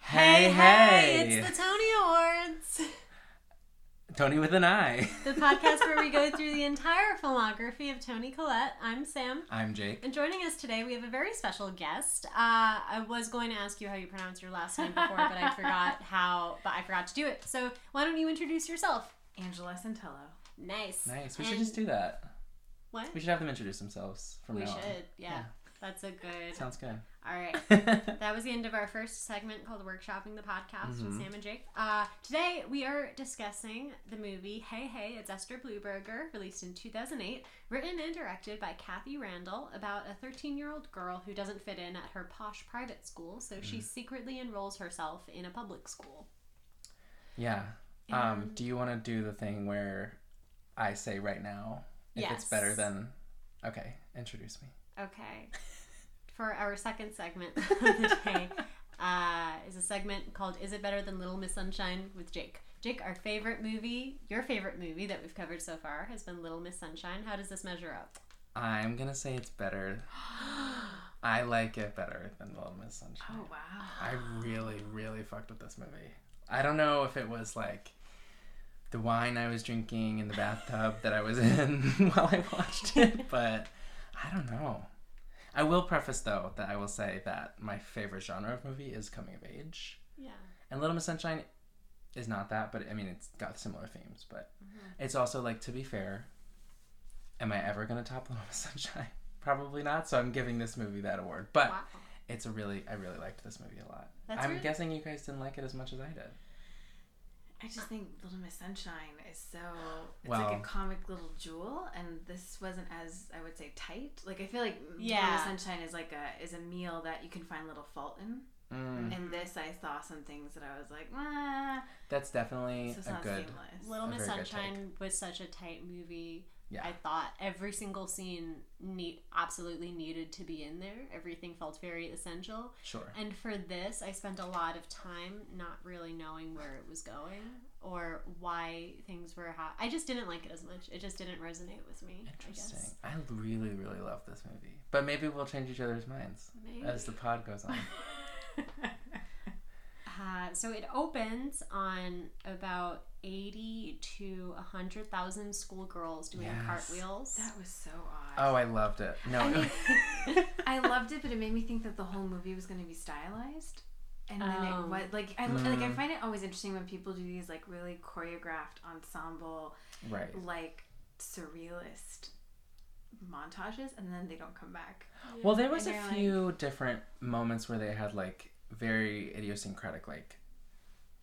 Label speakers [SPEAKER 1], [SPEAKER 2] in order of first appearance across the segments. [SPEAKER 1] hey, hey.
[SPEAKER 2] It's the Tony Awards,
[SPEAKER 1] Tony with an eye.
[SPEAKER 2] the podcast where we go through the entire filmography of Tony Collette. I'm Sam.
[SPEAKER 1] I'm Jake.
[SPEAKER 2] And joining us today, we have a very special guest. Uh, I was going to ask you how you pronounce your last name before, but I forgot how. But I forgot to do it. So why don't you introduce yourself?
[SPEAKER 3] Angela Santello.
[SPEAKER 2] Nice.
[SPEAKER 1] Nice. We should
[SPEAKER 2] And-
[SPEAKER 1] just do that.
[SPEAKER 2] What?
[SPEAKER 1] We should have them introduce themselves from
[SPEAKER 2] We
[SPEAKER 1] now
[SPEAKER 2] should. Yeah.
[SPEAKER 1] Yeah.
[SPEAKER 2] That's a good.
[SPEAKER 1] on. Sounds good.
[SPEAKER 2] All right. That was the end of our first segment called Workshopping the Podcast with
[SPEAKER 1] Mhm.
[SPEAKER 2] Sam and Jake. Uh, today we are discussing the movie Hey Hey, it's Esther Blueberger, released in 2008, written and directed by Kathy Randall, about a 13 year old girl who doesn't fit in at her posh private school, so she secretly enrolls herself in a public school.
[SPEAKER 1] yeah. Um,
[SPEAKER 2] And-
[SPEAKER 1] do you want to do the thing where I say right now if it's
[SPEAKER 2] Yes.
[SPEAKER 1] better than. Okay, introduce me.
[SPEAKER 2] Okay. For our second segment of the day uh, is a segment called Is It Better Than Little Miss Sunshine with Jake. Jake, our favorite movie, your favorite movie that we've covered so far has been Little Miss Sunshine. How does this measure up?
[SPEAKER 1] I'm going to say it's better. I like it better than Little Miss Sunshine.
[SPEAKER 3] Oh wow.
[SPEAKER 1] I really, really fucked with this movie. I don't know if it was like the wine I was drinking in the bathtub that I was in while I watched it, but I don't know. I will preface though that I will say that my favorite genre of movie is coming of age,
[SPEAKER 2] Yeah.
[SPEAKER 1] and Little Miss Sunshine is not that, but I mean it's got similar themes. But it's also like to be fair, am I ever gonna top Little Miss Sunshine? Probably not. So I'm giving this movie that award, but
[SPEAKER 2] Wow.
[SPEAKER 1] it's a really I really liked this movie a lot.
[SPEAKER 2] That's
[SPEAKER 1] Uh, I'm
[SPEAKER 2] really-
[SPEAKER 1] guessing you guys didn't like it as much as I did.
[SPEAKER 3] I just think Little Miss Sunshine is so it's like
[SPEAKER 1] Wow.
[SPEAKER 3] a comic little jewel and this wasn't as I would say tight. Like I feel like Little
[SPEAKER 2] Yeah.
[SPEAKER 3] Miss Sunshine is like a is a meal that you can find little fault in.
[SPEAKER 1] Mm,
[SPEAKER 3] And this I saw some things that I was like, ah,
[SPEAKER 1] that's definitely
[SPEAKER 3] so it's
[SPEAKER 1] a
[SPEAKER 3] not
[SPEAKER 1] good.
[SPEAKER 3] seamless.
[SPEAKER 2] Little
[SPEAKER 1] a
[SPEAKER 2] Miss
[SPEAKER 1] very good
[SPEAKER 2] Sunshine was such a tight movie.
[SPEAKER 1] Yeah.
[SPEAKER 2] I thought every single scene need, absolutely needed to be in there. Everything felt very essential.
[SPEAKER 1] Sure.
[SPEAKER 2] And for this, I spent a lot of time not really knowing where it was going or why things were hap I just didn't like it as much. It just didn't resonate with me. I
[SPEAKER 1] Interesting.
[SPEAKER 2] guess.
[SPEAKER 1] I, really really love this movie, but maybe we'll change each other's minds
[SPEAKER 2] Maybe.
[SPEAKER 1] as the pod goes on.
[SPEAKER 2] Uh, so it opens on about eighty to hundred thousand schoolgirls doing
[SPEAKER 1] Yes.
[SPEAKER 2] cartwheels.
[SPEAKER 3] that was so odd.
[SPEAKER 1] oh, I loved it. No,
[SPEAKER 3] I
[SPEAKER 1] it
[SPEAKER 3] mean,
[SPEAKER 1] was-
[SPEAKER 3] I loved it, but it made me think that the whole movie was going to be stylized. And then
[SPEAKER 2] Oh.
[SPEAKER 3] it was like I like I
[SPEAKER 1] Mm.
[SPEAKER 3] find it always interesting when people do these like really choreographed ensemble
[SPEAKER 1] right.
[SPEAKER 3] like surrealist montages and then they don't come back.
[SPEAKER 1] Well, there was a
[SPEAKER 3] And you're like-
[SPEAKER 1] few different moments where they had like very idiosyncratic like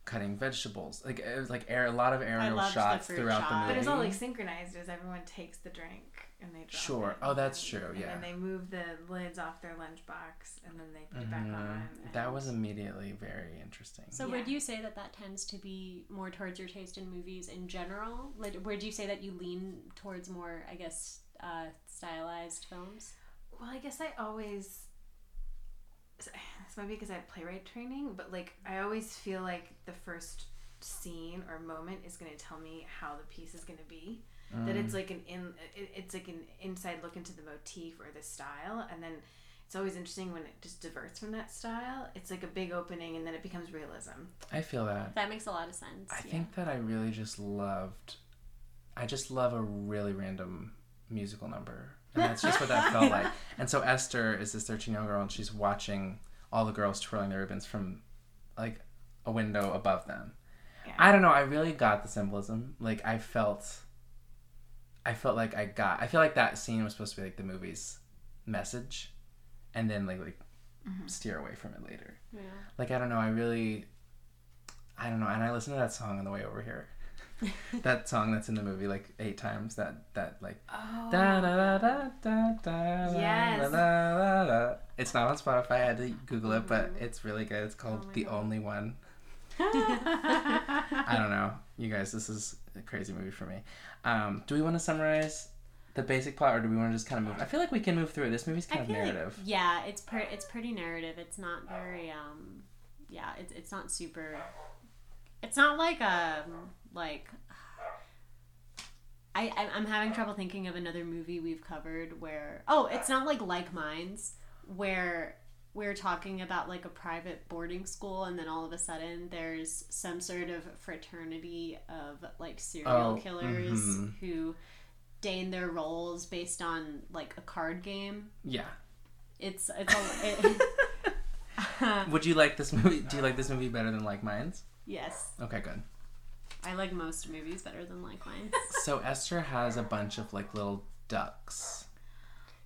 [SPEAKER 1] cutting vegetables. Like it was like air a lot of aerial
[SPEAKER 2] loved the
[SPEAKER 1] shots
[SPEAKER 2] fruit
[SPEAKER 1] throughout
[SPEAKER 2] shot.
[SPEAKER 1] the movie.
[SPEAKER 3] But it's all like synchronized as everyone takes the drink and they drop
[SPEAKER 1] Sure.
[SPEAKER 3] it.
[SPEAKER 1] Oh, that's
[SPEAKER 3] And-
[SPEAKER 1] true, yeah.
[SPEAKER 3] And then they move the lids off their lunchbox and then they put it back
[SPEAKER 1] Mhm.
[SPEAKER 3] on.
[SPEAKER 1] That
[SPEAKER 3] and-
[SPEAKER 1] was immediately very interesting.
[SPEAKER 2] So
[SPEAKER 3] Yeah.
[SPEAKER 2] would you say that that tends to be more towards your taste in movies in general? Like, would you say that you lean towards more, I guess, uh, stylized films?
[SPEAKER 3] Well, I guess I always. This might be because I have playwright training, but like I always feel like the first scene or moment is going to tell me how the piece is going to be. That it's like an in, it- it's like an inside look into the motif or the style, and then it's always interesting when it just diverts from that style. It's like a big opening, and then it becomes realism.
[SPEAKER 1] I feel that.
[SPEAKER 2] That makes a lot of sense.
[SPEAKER 1] I
[SPEAKER 2] yeah.
[SPEAKER 1] think that I really just loved. I just love a really random musical number, and that's just what that felt like. And so Esther is this thirteen-year-old girl, and she's watching all the girls twirling their ribbons from, like, a window above them.
[SPEAKER 3] Yeah.
[SPEAKER 1] I don't know. I really got the symbolism. Like, I felt. I felt like I got. I feel like that scene was supposed to be like the movie's message, and then like like steer away from it later
[SPEAKER 2] Yeah.
[SPEAKER 1] like I don't know, I really I don't know, and I listened to that song on the way over here. that song that's in the movie like eight times. That that like
[SPEAKER 3] Oh,
[SPEAKER 1] da da da da da da
[SPEAKER 3] Yes.
[SPEAKER 1] da da da da. It's not on Spotify. I had to Google it, but it's really good. It's called
[SPEAKER 2] Mm-hmm. Oh my
[SPEAKER 1] "The
[SPEAKER 2] God.
[SPEAKER 1] Only One." I don't know, you guys. This is a crazy movie for me. Um, do we want to summarize the basic plot, or do we want to just kind of move? I feel like we can move through it. This movie's kind
[SPEAKER 2] I
[SPEAKER 1] of
[SPEAKER 2] feel like-
[SPEAKER 1] narrative.
[SPEAKER 2] yeah, it's pre- it's pretty narrative. It's not very um yeah, it's it's not super it's not like a like I I'm- I'm having trouble thinking of another movie we've covered where oh, it's not like like minds where we're talking about like a private boarding school, and then all of a sudden there's some sort of fraternity of like serial
[SPEAKER 1] Oh,
[SPEAKER 2] killers
[SPEAKER 1] mhm.
[SPEAKER 2] who deign their roles based on like a card game.
[SPEAKER 1] Yeah.
[SPEAKER 2] It's it's a it,
[SPEAKER 1] Would you like this movie? Do you like this movie better than like mine's?
[SPEAKER 2] yes.
[SPEAKER 1] Okay, good.
[SPEAKER 2] I like most movies better than like mine.
[SPEAKER 1] So Esther has a bunch of like little ducks,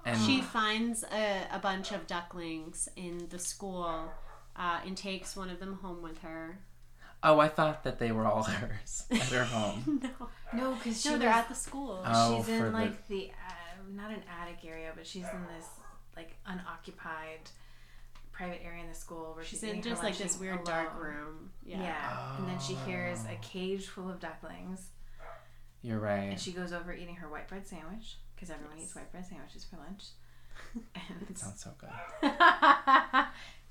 [SPEAKER 1] and
[SPEAKER 2] She finds a, a bunch of ducklings in the school uh, and takes one of them home with her.
[SPEAKER 1] oh, I thought that they were all hers at her home.
[SPEAKER 2] no,
[SPEAKER 3] No, because she
[SPEAKER 2] no,
[SPEAKER 3] was,
[SPEAKER 2] they're at the school.
[SPEAKER 1] Oh,
[SPEAKER 3] she's
[SPEAKER 1] for the-
[SPEAKER 3] in like the, uh, not an attic area, but she's in this like unoccupied private area in the school where she's,
[SPEAKER 2] She's in
[SPEAKER 3] eating her
[SPEAKER 2] just like
[SPEAKER 3] lunch
[SPEAKER 2] this
[SPEAKER 3] and
[SPEAKER 2] weird dark
[SPEAKER 3] alone.
[SPEAKER 2] room. Yeah.
[SPEAKER 3] Yeah, and then she hears
[SPEAKER 1] Oh.
[SPEAKER 3] a cage full of ducklings,
[SPEAKER 1] You're right.
[SPEAKER 3] and she goes over eating her white bread sandwich because everyone
[SPEAKER 2] Yes.
[SPEAKER 3] eats white bread sandwiches for lunch.
[SPEAKER 1] That
[SPEAKER 3] And,
[SPEAKER 1] sounds so good.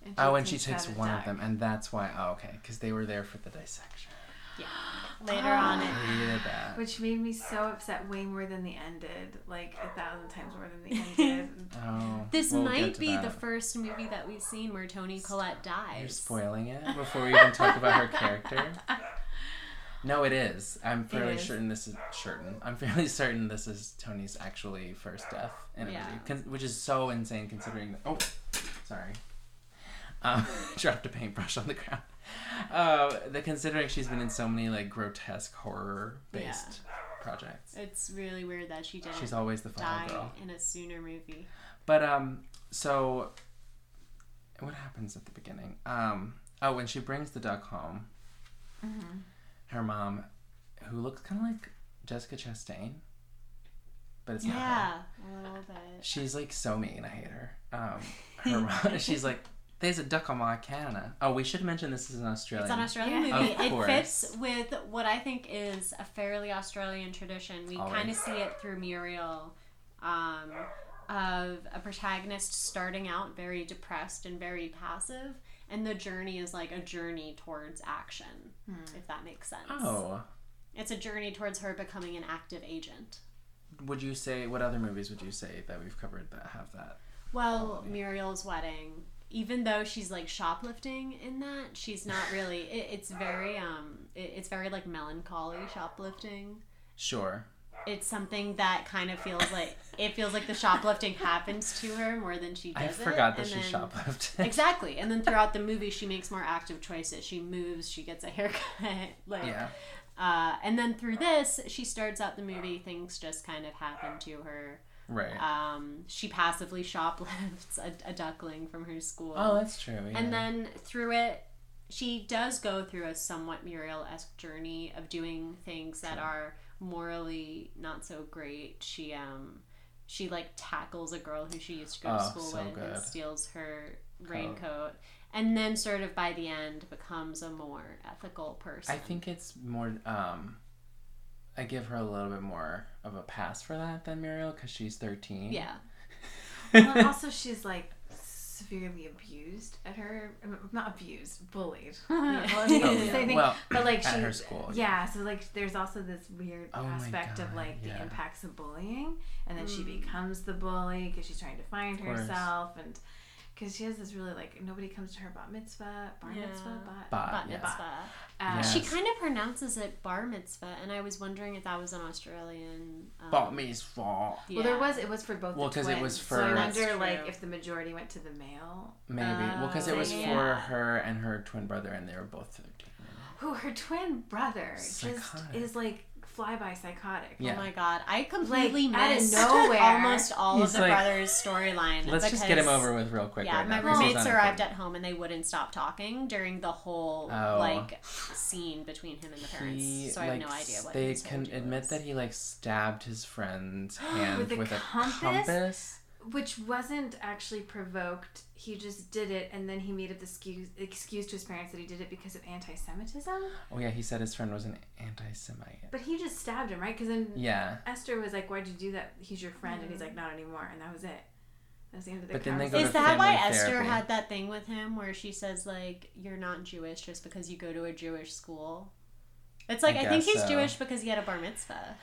[SPEAKER 3] and
[SPEAKER 1] Oh, and she takes
[SPEAKER 3] out a
[SPEAKER 1] one of
[SPEAKER 3] duck.
[SPEAKER 1] them, and that's why. Oh, okay, because they were there for the dissection.
[SPEAKER 2] Later on,
[SPEAKER 1] I
[SPEAKER 2] it,
[SPEAKER 1] hated that.
[SPEAKER 3] Which made me so upset, way more than the end did. Like a thousand times more than the end did.
[SPEAKER 1] Oh,
[SPEAKER 2] this
[SPEAKER 1] we'll get
[SPEAKER 2] might
[SPEAKER 1] to
[SPEAKER 2] be
[SPEAKER 1] that.
[SPEAKER 2] the first movie that we've seen where Tony Collette
[SPEAKER 1] You're
[SPEAKER 2] dies.
[SPEAKER 1] spoiling it before we even talk about her character. No, it is. I'm fairly
[SPEAKER 3] is.
[SPEAKER 1] certain this is certain. I'm fairly certain this is Tony's actually first death, and it was-
[SPEAKER 2] Yeah.
[SPEAKER 1] con- which is so insane considering. oh, sorry, um, dropped a paintbrush on the ground. Uh, the considering she's been in so many like grotesque horror based projects,
[SPEAKER 2] It's really weird that she didn't
[SPEAKER 1] she's always the final
[SPEAKER 2] die
[SPEAKER 1] girl.
[SPEAKER 2] in a sooner movie.
[SPEAKER 1] But um, so what happens at the beginning? Um, oh, when she brings the duck home,
[SPEAKER 2] Mm-hmm.
[SPEAKER 1] her mom, who looks kind of like Jessica Chastain, but it's not. her.
[SPEAKER 2] Yeah, a little bit.
[SPEAKER 1] She's like so mean. I hate her. Um, her mom, she's like, "There's a duck on my Canada." Oh, we should mention this is an Australian.
[SPEAKER 2] It's an Australian
[SPEAKER 3] Yeah.
[SPEAKER 2] movie.
[SPEAKER 1] Of
[SPEAKER 2] It
[SPEAKER 1] course.
[SPEAKER 2] fits with what I think is a fairly Australian tradition. We
[SPEAKER 1] Always.
[SPEAKER 2] kind of see it through Muriel, um, of a protagonist starting out very depressed and very passive, and the journey is like a journey towards action, if that makes sense.
[SPEAKER 1] Oh,
[SPEAKER 2] It's a journey towards her becoming an active agent.
[SPEAKER 1] would you say what other movies would you say that we've covered that have that? Oh,
[SPEAKER 2] Well, Muriel's wedding, even though she's like shoplifting in that, she's not really. It, it's very um, it, it's very like melancholy shoplifting.
[SPEAKER 1] Sure.
[SPEAKER 2] it's something that kind of feels like it feels like the shoplifting happens to her more than she does
[SPEAKER 1] I
[SPEAKER 2] it.
[SPEAKER 1] forgot that
[SPEAKER 2] and
[SPEAKER 1] she
[SPEAKER 2] then,
[SPEAKER 1] shoplifted.
[SPEAKER 2] Exactly, and then throughout the movie, she makes more active choices. She moves. She gets a haircut. like,
[SPEAKER 1] yeah.
[SPEAKER 2] uh, and then through this, she starts out the movie. Things just kind of happen to her.
[SPEAKER 1] Right.
[SPEAKER 2] Um, she passively shoplifts a, a duckling from her school.
[SPEAKER 1] oh, that's true. Yeah.
[SPEAKER 2] And then through it, she does go through a somewhat Muriel esque journey of doing things that are morally not so great. She um she like tackles a girl who she used to go to
[SPEAKER 1] Oh,
[SPEAKER 2] school
[SPEAKER 1] so
[SPEAKER 2] with and
[SPEAKER 1] good.
[SPEAKER 2] steals her raincoat. And then sort of by the end becomes a more ethical person.
[SPEAKER 1] I think it's more. Um, I give her a little bit more of a pass for that than Muriel because she's thirteen.
[SPEAKER 2] Yeah.
[SPEAKER 3] well, and also she's like severely abused at her not abused bullied Well, I mean,
[SPEAKER 1] Oh,
[SPEAKER 3] it's the same
[SPEAKER 1] yeah.
[SPEAKER 3] thing,
[SPEAKER 1] Well,
[SPEAKER 3] but like
[SPEAKER 1] at
[SPEAKER 3] she,
[SPEAKER 1] her school,
[SPEAKER 3] yeah so like there's also this weird
[SPEAKER 1] Oh my
[SPEAKER 3] aspect of
[SPEAKER 1] God,
[SPEAKER 3] like
[SPEAKER 1] yeah.
[SPEAKER 3] the impacts of bullying and then
[SPEAKER 2] Hmm.
[SPEAKER 3] she becomes the bully because she's trying to find
[SPEAKER 1] course.
[SPEAKER 3] herself and because she has this really like nobody comes to her bat mitzvah bar
[SPEAKER 2] Yeah.
[SPEAKER 3] mitzvah bat,
[SPEAKER 1] But
[SPEAKER 2] Bat
[SPEAKER 1] yeah.
[SPEAKER 2] mitzvah.
[SPEAKER 3] uh,
[SPEAKER 1] Yeah.
[SPEAKER 2] She
[SPEAKER 1] Yes.
[SPEAKER 2] kind of pronounces it bar mitzvah, and I was wondering if that was an Australian. Um,
[SPEAKER 1] Bought me's fault.
[SPEAKER 3] Well, there
[SPEAKER 2] yeah.
[SPEAKER 3] was it was for both.
[SPEAKER 1] Well,
[SPEAKER 3] because
[SPEAKER 1] 'cause it was
[SPEAKER 3] So
[SPEAKER 1] for-
[SPEAKER 3] I
[SPEAKER 2] That's
[SPEAKER 3] wonder,
[SPEAKER 2] true.
[SPEAKER 3] like, if the majority went to the male.
[SPEAKER 1] Maybe. well, because it
[SPEAKER 2] Oh,
[SPEAKER 1] was for
[SPEAKER 2] yeah.
[SPEAKER 1] her and her twin brother, and they were both thirteen.
[SPEAKER 3] Who her twin brother
[SPEAKER 1] Psychotic.
[SPEAKER 3] just is like flyby psychotic.
[SPEAKER 1] Yeah.
[SPEAKER 2] Oh my god, I completely
[SPEAKER 3] Like, out of
[SPEAKER 2] missed
[SPEAKER 3] nowhere.
[SPEAKER 2] almost all
[SPEAKER 1] He's
[SPEAKER 2] of the
[SPEAKER 1] like,
[SPEAKER 2] brothers' storyline.
[SPEAKER 1] Let's just get him
[SPEAKER 2] because-
[SPEAKER 1] over with real quick.
[SPEAKER 2] Yeah,
[SPEAKER 1] right
[SPEAKER 2] my
[SPEAKER 1] now, 'cause he's
[SPEAKER 2] roommates
[SPEAKER 1] not
[SPEAKER 2] arrived
[SPEAKER 1] important.
[SPEAKER 2] at home and they wouldn't stop talking during the whole
[SPEAKER 1] Oh.
[SPEAKER 2] like scene between him and the parents.
[SPEAKER 1] He,
[SPEAKER 2] so I have
[SPEAKER 1] like,
[SPEAKER 2] no idea what
[SPEAKER 1] they
[SPEAKER 2] his
[SPEAKER 1] can
[SPEAKER 2] origin
[SPEAKER 1] admit
[SPEAKER 2] was.
[SPEAKER 1] that he like stabbed his friend's hand
[SPEAKER 3] With
[SPEAKER 1] with,
[SPEAKER 3] a
[SPEAKER 1] a
[SPEAKER 3] compass?
[SPEAKER 1] compass.
[SPEAKER 3] Which wasn't actually provoked. He just did it, and then he made up the excuse, excuse to his parents that he did it because of anti-Semitism.
[SPEAKER 1] Oh yeah, he said his friend was an anti-Semite.
[SPEAKER 3] But he just stabbed him, right? Because then
[SPEAKER 1] Yeah,
[SPEAKER 3] Esther was like, "Why'd you do that? He's your friend," and he's like, "Not anymore," and that was it. That was the end of the
[SPEAKER 1] But then they go
[SPEAKER 3] conversation.
[SPEAKER 1] to
[SPEAKER 2] Is that why
[SPEAKER 1] family
[SPEAKER 2] Esther
[SPEAKER 1] therapy.
[SPEAKER 2] had that thing with him where she says like you're not Jewish just because you go to a Jewish school? It's like
[SPEAKER 1] I
[SPEAKER 2] I, think
[SPEAKER 1] guess
[SPEAKER 2] he's
[SPEAKER 1] so.
[SPEAKER 2] Jewish because he had a bar mitzvah.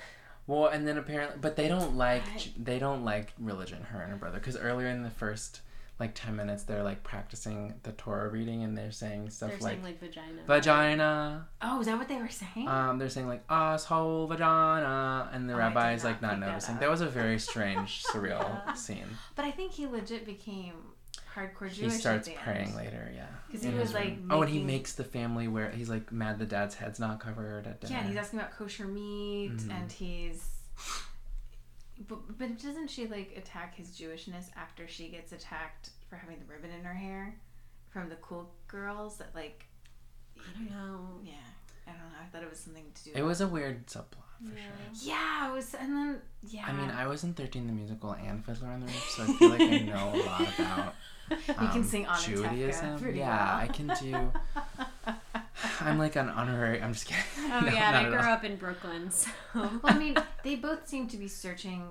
[SPEAKER 1] Well, and then apparently, but they don't like
[SPEAKER 3] Right.
[SPEAKER 1] they don't like religion. Her and her brother, because earlier in the first like 10 minutes they're like practicing the Torah reading and they're saying stuff
[SPEAKER 2] They're
[SPEAKER 1] like,
[SPEAKER 2] saying like vagina.
[SPEAKER 1] vagina.
[SPEAKER 3] Oh, is that what they were saying?
[SPEAKER 1] Um, they're saying like asshole vagina and the
[SPEAKER 3] Oh, I did
[SPEAKER 1] rabbi is
[SPEAKER 3] not
[SPEAKER 1] like not
[SPEAKER 3] pick that
[SPEAKER 1] noticing.
[SPEAKER 3] up.
[SPEAKER 1] That, was a very strange, surreal
[SPEAKER 2] Yeah.
[SPEAKER 1] scene.
[SPEAKER 3] but I think he legit became hardcore
[SPEAKER 1] He
[SPEAKER 3] Jewish.
[SPEAKER 1] starts
[SPEAKER 3] at the
[SPEAKER 1] praying
[SPEAKER 3] end.
[SPEAKER 1] later, yeah.
[SPEAKER 3] 'Cause he
[SPEAKER 1] in
[SPEAKER 3] was
[SPEAKER 1] his
[SPEAKER 3] like,
[SPEAKER 1] room. oh, and he
[SPEAKER 3] making-
[SPEAKER 1] makes the family wear. He's like mad the dad's head's not covered at dinner.
[SPEAKER 3] Yeah, and he's asking about kosher meat,
[SPEAKER 1] Mhm.
[SPEAKER 3] and he's. But, but doesn't she like attack his Jewishness after she gets attacked for having the ribbon in her hair from the cool girls that like?
[SPEAKER 2] I don't know.
[SPEAKER 3] Yeah, I don't know. I thought it was something to do.
[SPEAKER 1] It was a weird subplot for
[SPEAKER 2] Yeah.
[SPEAKER 1] sure.
[SPEAKER 3] Yeah, it was, and then yeah.
[SPEAKER 1] I mean, I was in 13 the musical and Fiddler on the Roof, so I feel like I know a lot about
[SPEAKER 3] We can
[SPEAKER 1] um,
[SPEAKER 3] sing on Judaism. Pretty
[SPEAKER 1] Yeah, I
[SPEAKER 3] well.
[SPEAKER 1] can do. I'm like an honorary. I'm just kidding.
[SPEAKER 2] Oh
[SPEAKER 1] No,
[SPEAKER 2] yeah,
[SPEAKER 1] not
[SPEAKER 2] and I
[SPEAKER 1] at
[SPEAKER 2] grew
[SPEAKER 1] all.
[SPEAKER 2] up in Brooklyn, so
[SPEAKER 3] well, I mean, they both seem to be searching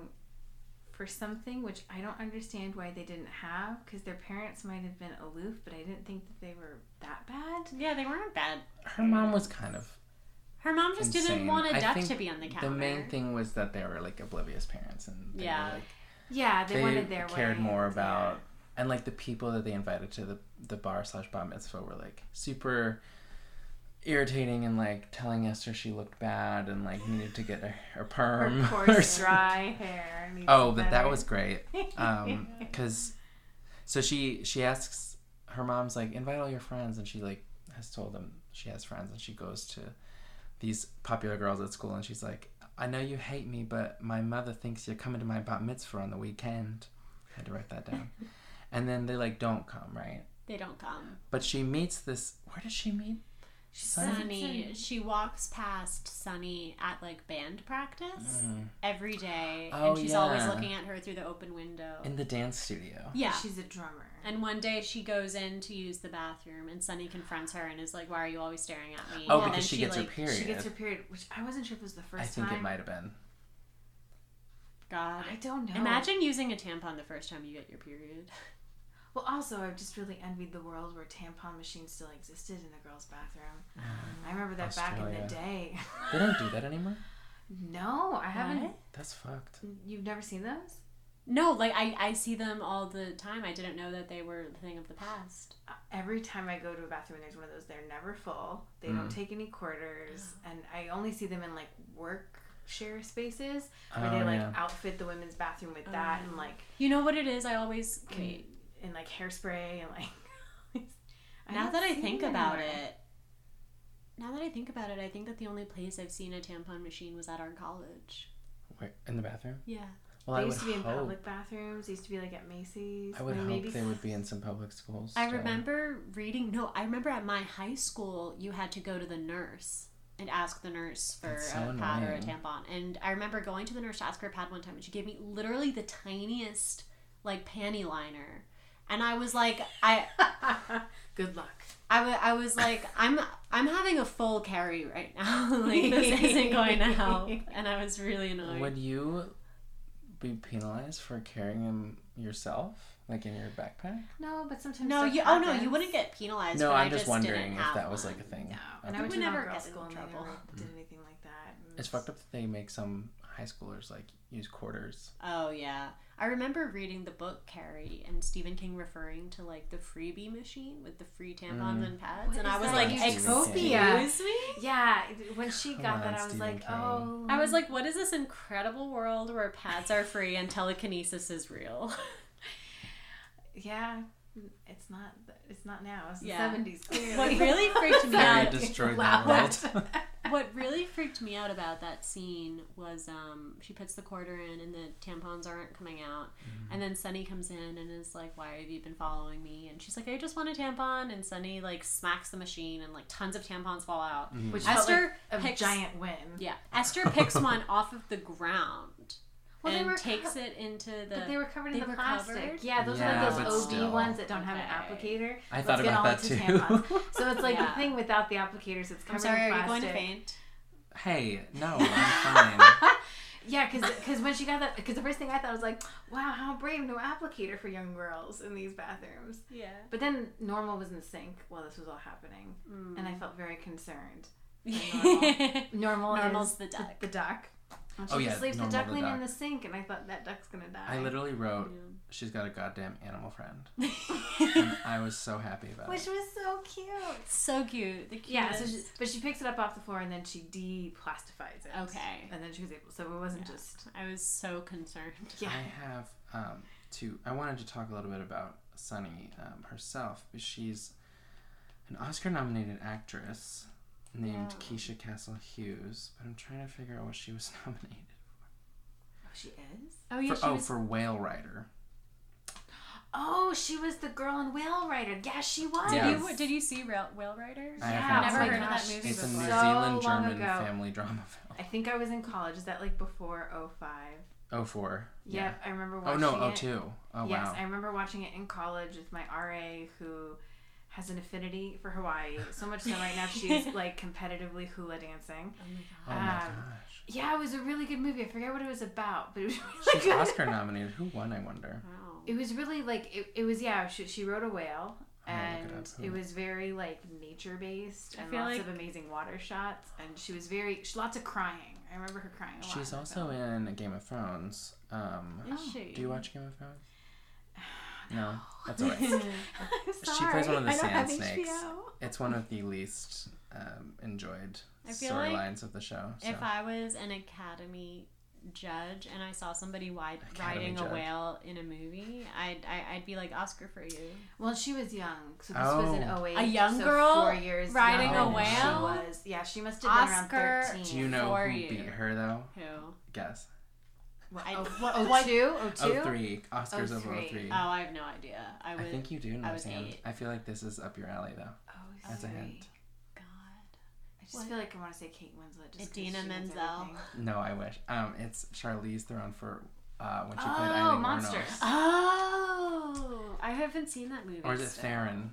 [SPEAKER 3] for something, which I don't understand why they didn't have, because their parents might have been aloof, but I didn't think that they were that bad.
[SPEAKER 2] yeah, they weren't bad.
[SPEAKER 1] Her mom was kind of
[SPEAKER 2] Her mom just didn't
[SPEAKER 1] insane.
[SPEAKER 2] want a
[SPEAKER 1] I
[SPEAKER 2] duck
[SPEAKER 1] think
[SPEAKER 2] to be on the counter.
[SPEAKER 1] The main thing was that they were like oblivious parents, and they were,
[SPEAKER 2] Yeah.
[SPEAKER 1] like,
[SPEAKER 3] Yeah, they,
[SPEAKER 1] they,
[SPEAKER 3] wanted their
[SPEAKER 1] cared
[SPEAKER 3] way.
[SPEAKER 1] more
[SPEAKER 3] Yeah.
[SPEAKER 1] about and like the people that they invited to the the bar slash bat mitzvah were like super irritating and like telling Esther she looked bad and like needed to get a, a perm.
[SPEAKER 3] her
[SPEAKER 1] or
[SPEAKER 3] coarse,
[SPEAKER 1] something.
[SPEAKER 3] dry hair. needs
[SPEAKER 1] Oh, but that
[SPEAKER 3] better.
[SPEAKER 1] was great. Um, cause so she she asks her mom's like invite all your friends and she like has told them she has friends and she goes to these popular girls at school and she's like I know you hate me but my mother thinks you're coming to my bat mitzvah on the weekend. I had to write that down. and then they like don't come right.
[SPEAKER 2] They don't come.
[SPEAKER 1] But she meets this. Where does she meet? Sunny.
[SPEAKER 2] Sunny, she walks past Sunny at like band practice every day,
[SPEAKER 1] Mm. Oh,
[SPEAKER 2] and she's always
[SPEAKER 1] yeah.
[SPEAKER 2] looking at her through the open window.
[SPEAKER 1] In the dance studio.
[SPEAKER 2] yeah.
[SPEAKER 3] She's a drummer.
[SPEAKER 2] And one day she goes in to use the bathroom, and Sunny confronts her and is like, "Why are you always staring at me?"
[SPEAKER 1] Oh,
[SPEAKER 2] and
[SPEAKER 1] because she, gets
[SPEAKER 2] like,
[SPEAKER 1] her period.
[SPEAKER 3] She gets her period, which I wasn't sure if it was the
[SPEAKER 1] I
[SPEAKER 3] first
[SPEAKER 1] think
[SPEAKER 3] time.
[SPEAKER 1] it might have been.
[SPEAKER 2] God,
[SPEAKER 3] I don't know.
[SPEAKER 2] imagine using a tampon the first time you get your period.
[SPEAKER 3] Well, also, I just really envied the world where tampon machines still existed in the girls' bathroom. I remember that back in the
[SPEAKER 1] Mm. Australia.
[SPEAKER 3] day.
[SPEAKER 1] They don't do that anymore.
[SPEAKER 3] no, I haven't.
[SPEAKER 2] What?
[SPEAKER 1] That's fucked.
[SPEAKER 3] You've never seen those?
[SPEAKER 2] No, like I, I see them all the time. I didn't know that they were a thing of the past.
[SPEAKER 3] Uh, Every time I go to a bathroom, there's one of those. They're never full. They
[SPEAKER 1] Mm.
[SPEAKER 3] don't take any quarters, and I only see them in like work share spaces where they
[SPEAKER 1] Oh,
[SPEAKER 3] like
[SPEAKER 1] yeah.
[SPEAKER 3] outfit the women's bathroom with that and like
[SPEAKER 2] You know what it is? I always
[SPEAKER 3] Can-
[SPEAKER 2] wait.
[SPEAKER 3] and like hairspray and like. I
[SPEAKER 2] Now
[SPEAKER 3] don't
[SPEAKER 2] that I
[SPEAKER 3] see
[SPEAKER 2] think
[SPEAKER 3] them
[SPEAKER 2] about
[SPEAKER 3] anywhere.
[SPEAKER 2] it, now that I think about it, I think that the only place I've seen a tampon machine was at our college.
[SPEAKER 1] Where, in the bathroom?
[SPEAKER 2] Yeah.
[SPEAKER 1] Well,
[SPEAKER 3] they
[SPEAKER 1] I would
[SPEAKER 3] used to be in
[SPEAKER 1] hope.
[SPEAKER 3] public bathrooms. They used to be like at Macy's.
[SPEAKER 1] I would
[SPEAKER 3] mean,
[SPEAKER 1] hope
[SPEAKER 3] maybe
[SPEAKER 1] they would be in some public schools.
[SPEAKER 2] I
[SPEAKER 1] still.
[SPEAKER 2] remember reading. No, I remember at my high school, you had to go to the nurse and ask the nurse for
[SPEAKER 1] That's so
[SPEAKER 2] a pad or a
[SPEAKER 1] annoying.
[SPEAKER 2] tampon. And I remember going to the nurse to ask for a pad one time, and she gave me literally the tiniest, like panty liner. And I was like, I,
[SPEAKER 3] Good luck.
[SPEAKER 2] I, wa- I was like, I'm, I'm having a full carry right now. like this isn't going to help. And I was really annoyed.
[SPEAKER 1] Would you be penalized for carrying them yourself, like in your backpack?
[SPEAKER 3] No, but sometimes
[SPEAKER 2] no,
[SPEAKER 3] stuff
[SPEAKER 2] you. Oh no,
[SPEAKER 3] happens.
[SPEAKER 2] you wouldn't get penalized.
[SPEAKER 1] no,
[SPEAKER 2] but
[SPEAKER 1] I'm
[SPEAKER 2] I
[SPEAKER 1] just
[SPEAKER 2] didn't
[SPEAKER 1] wondering if
[SPEAKER 2] have
[SPEAKER 1] that was
[SPEAKER 2] one.
[SPEAKER 1] like a thing.
[SPEAKER 3] No,
[SPEAKER 1] Okay.
[SPEAKER 3] and I went
[SPEAKER 2] would
[SPEAKER 3] to an
[SPEAKER 2] never
[SPEAKER 3] all girls
[SPEAKER 2] get in
[SPEAKER 3] school and they
[SPEAKER 2] trouble.
[SPEAKER 3] never did anything like that. It
[SPEAKER 1] It's
[SPEAKER 3] was-
[SPEAKER 1] fucked up that they make some high schoolers like use quarters.
[SPEAKER 2] Oh yeah. I remember reading the book Carrie and Stephen King referring to like the freebie machine with the free tampons
[SPEAKER 1] Mhm.
[SPEAKER 2] and pads
[SPEAKER 3] What
[SPEAKER 2] and
[SPEAKER 3] is
[SPEAKER 2] I was
[SPEAKER 3] that?
[SPEAKER 2] like,
[SPEAKER 1] Stephen King.
[SPEAKER 2] "Excuse me?"
[SPEAKER 3] Yeah, it- when she
[SPEAKER 1] Come
[SPEAKER 3] got
[SPEAKER 1] on,
[SPEAKER 3] that, I was
[SPEAKER 1] Stephen
[SPEAKER 3] like,
[SPEAKER 1] King.
[SPEAKER 3] oh.
[SPEAKER 2] I was like, "What is this incredible world where pads are free and telekinesis is real?"
[SPEAKER 3] yeah, it's not. It's not now. It's
[SPEAKER 2] Yeah.
[SPEAKER 3] the 70s. Clearly.
[SPEAKER 2] What really freaked me
[SPEAKER 1] Carrie
[SPEAKER 2] out
[SPEAKER 1] destroyed
[SPEAKER 3] Wow.
[SPEAKER 1] the world.
[SPEAKER 2] what really freaked me out about that scene was um, she puts the quarter in and the tampons aren't coming out and then sunny comes in and is like why have you been following me and she's like i just want a tampon and sunny like smacks the machine and like tons of tampons fall out
[SPEAKER 3] Which
[SPEAKER 2] esther
[SPEAKER 3] Esther like a
[SPEAKER 2] picks
[SPEAKER 3] giant win.
[SPEAKER 2] yeah esther picks one off of the ground
[SPEAKER 3] Well, they
[SPEAKER 2] and
[SPEAKER 3] were
[SPEAKER 2] takes
[SPEAKER 3] co-
[SPEAKER 2] it into the
[SPEAKER 3] But they were covered
[SPEAKER 2] They
[SPEAKER 3] in the
[SPEAKER 2] were
[SPEAKER 3] plastic.
[SPEAKER 2] covered?
[SPEAKER 3] Yeah, those
[SPEAKER 1] Yeah,
[SPEAKER 3] are like
[SPEAKER 1] but
[SPEAKER 3] those OB
[SPEAKER 1] still.
[SPEAKER 3] ones that don't have an
[SPEAKER 2] Okay.
[SPEAKER 3] applicator.
[SPEAKER 1] I thought
[SPEAKER 3] Let's get
[SPEAKER 1] about
[SPEAKER 3] all
[SPEAKER 1] that
[SPEAKER 3] into
[SPEAKER 1] too.
[SPEAKER 3] tampons. So it's like
[SPEAKER 2] Yeah.
[SPEAKER 3] the thing without the applicators. It's covered
[SPEAKER 2] i'm sorry
[SPEAKER 3] in
[SPEAKER 2] are you going
[SPEAKER 3] plastic.
[SPEAKER 2] to faint
[SPEAKER 1] hey, no, I'm fine.
[SPEAKER 3] Yeah, because when she got that, because the first thing I thought was like, wow, how brave, no applicator for young girls in these bathrooms.
[SPEAKER 2] yeah
[SPEAKER 3] But then Normal was in the sink while this was all happening, and I felt very concerned. Normal is
[SPEAKER 2] normal's the duck
[SPEAKER 3] the duck. And she
[SPEAKER 1] Oh, yeah,
[SPEAKER 3] just leaves the
[SPEAKER 1] normal, the
[SPEAKER 3] duckling in
[SPEAKER 1] duck.
[SPEAKER 3] the sink, and I thought that duck's gonna die.
[SPEAKER 1] I literally wrote,
[SPEAKER 2] Yeah.
[SPEAKER 1] "She's got a goddamn animal friend."
[SPEAKER 3] literally.
[SPEAKER 1] And I was so happy about
[SPEAKER 3] Which
[SPEAKER 1] it.
[SPEAKER 3] was so cute.
[SPEAKER 2] So cute. The cutest.
[SPEAKER 3] Yeah, so she, but she picks it up off the floor and then she deplastifies it.
[SPEAKER 2] Okay.
[SPEAKER 3] And then she was able, so it wasn't just.
[SPEAKER 2] I was so concerned.
[SPEAKER 3] Yeah.
[SPEAKER 1] I have um, to. I wanted to talk a little bit about Sunny um, herself, but she's an Oscar-nominated actress named
[SPEAKER 2] Wow.
[SPEAKER 1] Keisha Castle Hughes. But I'm trying to figure out what she was nominated
[SPEAKER 3] Oh, she is?
[SPEAKER 2] Oh yeah,
[SPEAKER 1] for.
[SPEAKER 2] she
[SPEAKER 1] oh,
[SPEAKER 2] was.
[SPEAKER 1] for Whale Rider.
[SPEAKER 3] Oh, she was the girl in Whale Rider. Yeah, she was.
[SPEAKER 2] Did
[SPEAKER 1] Yeah.
[SPEAKER 2] you did you see Rail, Whale Rider?
[SPEAKER 1] I
[SPEAKER 3] Yeah,
[SPEAKER 1] have
[SPEAKER 2] Never
[SPEAKER 1] not
[SPEAKER 2] heard
[SPEAKER 1] seen
[SPEAKER 2] of
[SPEAKER 1] it.
[SPEAKER 2] that
[SPEAKER 3] gosh,
[SPEAKER 2] movie
[SPEAKER 1] It's a
[SPEAKER 2] before.
[SPEAKER 1] New
[SPEAKER 3] So
[SPEAKER 1] Zealand
[SPEAKER 3] long
[SPEAKER 1] German
[SPEAKER 3] ago.
[SPEAKER 1] family drama
[SPEAKER 3] I think I was in college. Is that like before 05?
[SPEAKER 1] film. 04.
[SPEAKER 3] Yep, I remember
[SPEAKER 1] Oh
[SPEAKER 3] watching
[SPEAKER 1] no,
[SPEAKER 3] it.
[SPEAKER 1] 02. Oh
[SPEAKER 3] yes,
[SPEAKER 1] wow.
[SPEAKER 3] I remember watching it in college with my RA who has an affinity for Hawaii. So much so right now she's like competitively hula dancing.
[SPEAKER 2] Oh my
[SPEAKER 1] Oh
[SPEAKER 2] god.
[SPEAKER 1] my
[SPEAKER 3] um,
[SPEAKER 1] gosh.
[SPEAKER 3] Yeah, it was a really good movie. I forget what it was about, but it was really
[SPEAKER 1] She's
[SPEAKER 3] good.
[SPEAKER 1] Oscar nominated. Who won? I wonder.
[SPEAKER 2] Wow.
[SPEAKER 3] It was really like it, it was yeah. She, she rode a whale,
[SPEAKER 1] I'm gonna
[SPEAKER 3] and
[SPEAKER 1] Oh, look it up.
[SPEAKER 3] it, was very like nature based
[SPEAKER 2] I
[SPEAKER 3] and
[SPEAKER 2] feel
[SPEAKER 3] lots
[SPEAKER 2] like-
[SPEAKER 3] of amazing water shots. And she was very she, lots of crying. I remember her crying. A lot
[SPEAKER 1] She's
[SPEAKER 3] in that
[SPEAKER 1] also
[SPEAKER 3] film.
[SPEAKER 1] in Game of Thrones. Um,
[SPEAKER 2] Is
[SPEAKER 3] Oh,
[SPEAKER 2] she?
[SPEAKER 1] do you watch Game of Thrones? No, that's alright.
[SPEAKER 2] Yeah.
[SPEAKER 3] I'm
[SPEAKER 1] she plays one of the
[SPEAKER 3] sorry, I
[SPEAKER 1] sand
[SPEAKER 3] don't have
[SPEAKER 1] snakes.
[SPEAKER 3] HBO.
[SPEAKER 1] It's one of the least um, enjoyed
[SPEAKER 2] I feel like
[SPEAKER 1] storylines of the show. So.
[SPEAKER 2] If I was an Academy judge and I saw somebody wide,
[SPEAKER 1] Academy
[SPEAKER 2] riding
[SPEAKER 1] judge.
[SPEAKER 2] a whale in a movie, I'd I, I'd be like Oscar for you.
[SPEAKER 3] Well, she was young, so this was
[SPEAKER 1] Oh.
[SPEAKER 3] an 08.
[SPEAKER 2] A young
[SPEAKER 3] so
[SPEAKER 2] girl
[SPEAKER 3] four years
[SPEAKER 2] riding
[SPEAKER 1] a
[SPEAKER 3] younger than She
[SPEAKER 2] whale?
[SPEAKER 3] was yeah. She must have been
[SPEAKER 2] Oscar-
[SPEAKER 3] around thirteen.
[SPEAKER 1] do you know
[SPEAKER 2] for
[SPEAKER 1] who
[SPEAKER 2] you.
[SPEAKER 1] beat her though?
[SPEAKER 2] Who? Oh,
[SPEAKER 1] Guess.
[SPEAKER 3] What,
[SPEAKER 2] I-
[SPEAKER 3] oh,
[SPEAKER 2] what-
[SPEAKER 3] oh,
[SPEAKER 2] what-
[SPEAKER 3] two? Oh, two?
[SPEAKER 1] Oh three. Oscars of oh
[SPEAKER 3] 03.
[SPEAKER 1] three.
[SPEAKER 2] I have no idea. I
[SPEAKER 1] I
[SPEAKER 2] would.
[SPEAKER 1] think you do
[SPEAKER 2] I
[SPEAKER 1] know
[SPEAKER 2] was
[SPEAKER 1] Sam.
[SPEAKER 2] eight.
[SPEAKER 1] I feel like this is up your alley though.
[SPEAKER 3] Oh,
[SPEAKER 1] That's a
[SPEAKER 3] three.
[SPEAKER 1] hint.
[SPEAKER 2] God.
[SPEAKER 3] I just
[SPEAKER 2] What?
[SPEAKER 3] feel like I want to say Kate Winslet. Just 'cause
[SPEAKER 2] Idina
[SPEAKER 3] she wins
[SPEAKER 2] Menzel.
[SPEAKER 3] everything.
[SPEAKER 1] No, I wish. Um, it's Charlize Theron for uh, when she
[SPEAKER 3] Oh,
[SPEAKER 1] played Eileen
[SPEAKER 3] Monsters.
[SPEAKER 1] Wuornos.
[SPEAKER 2] Oh, I haven't seen that movie.
[SPEAKER 1] Or is it
[SPEAKER 2] still.
[SPEAKER 1] Theron?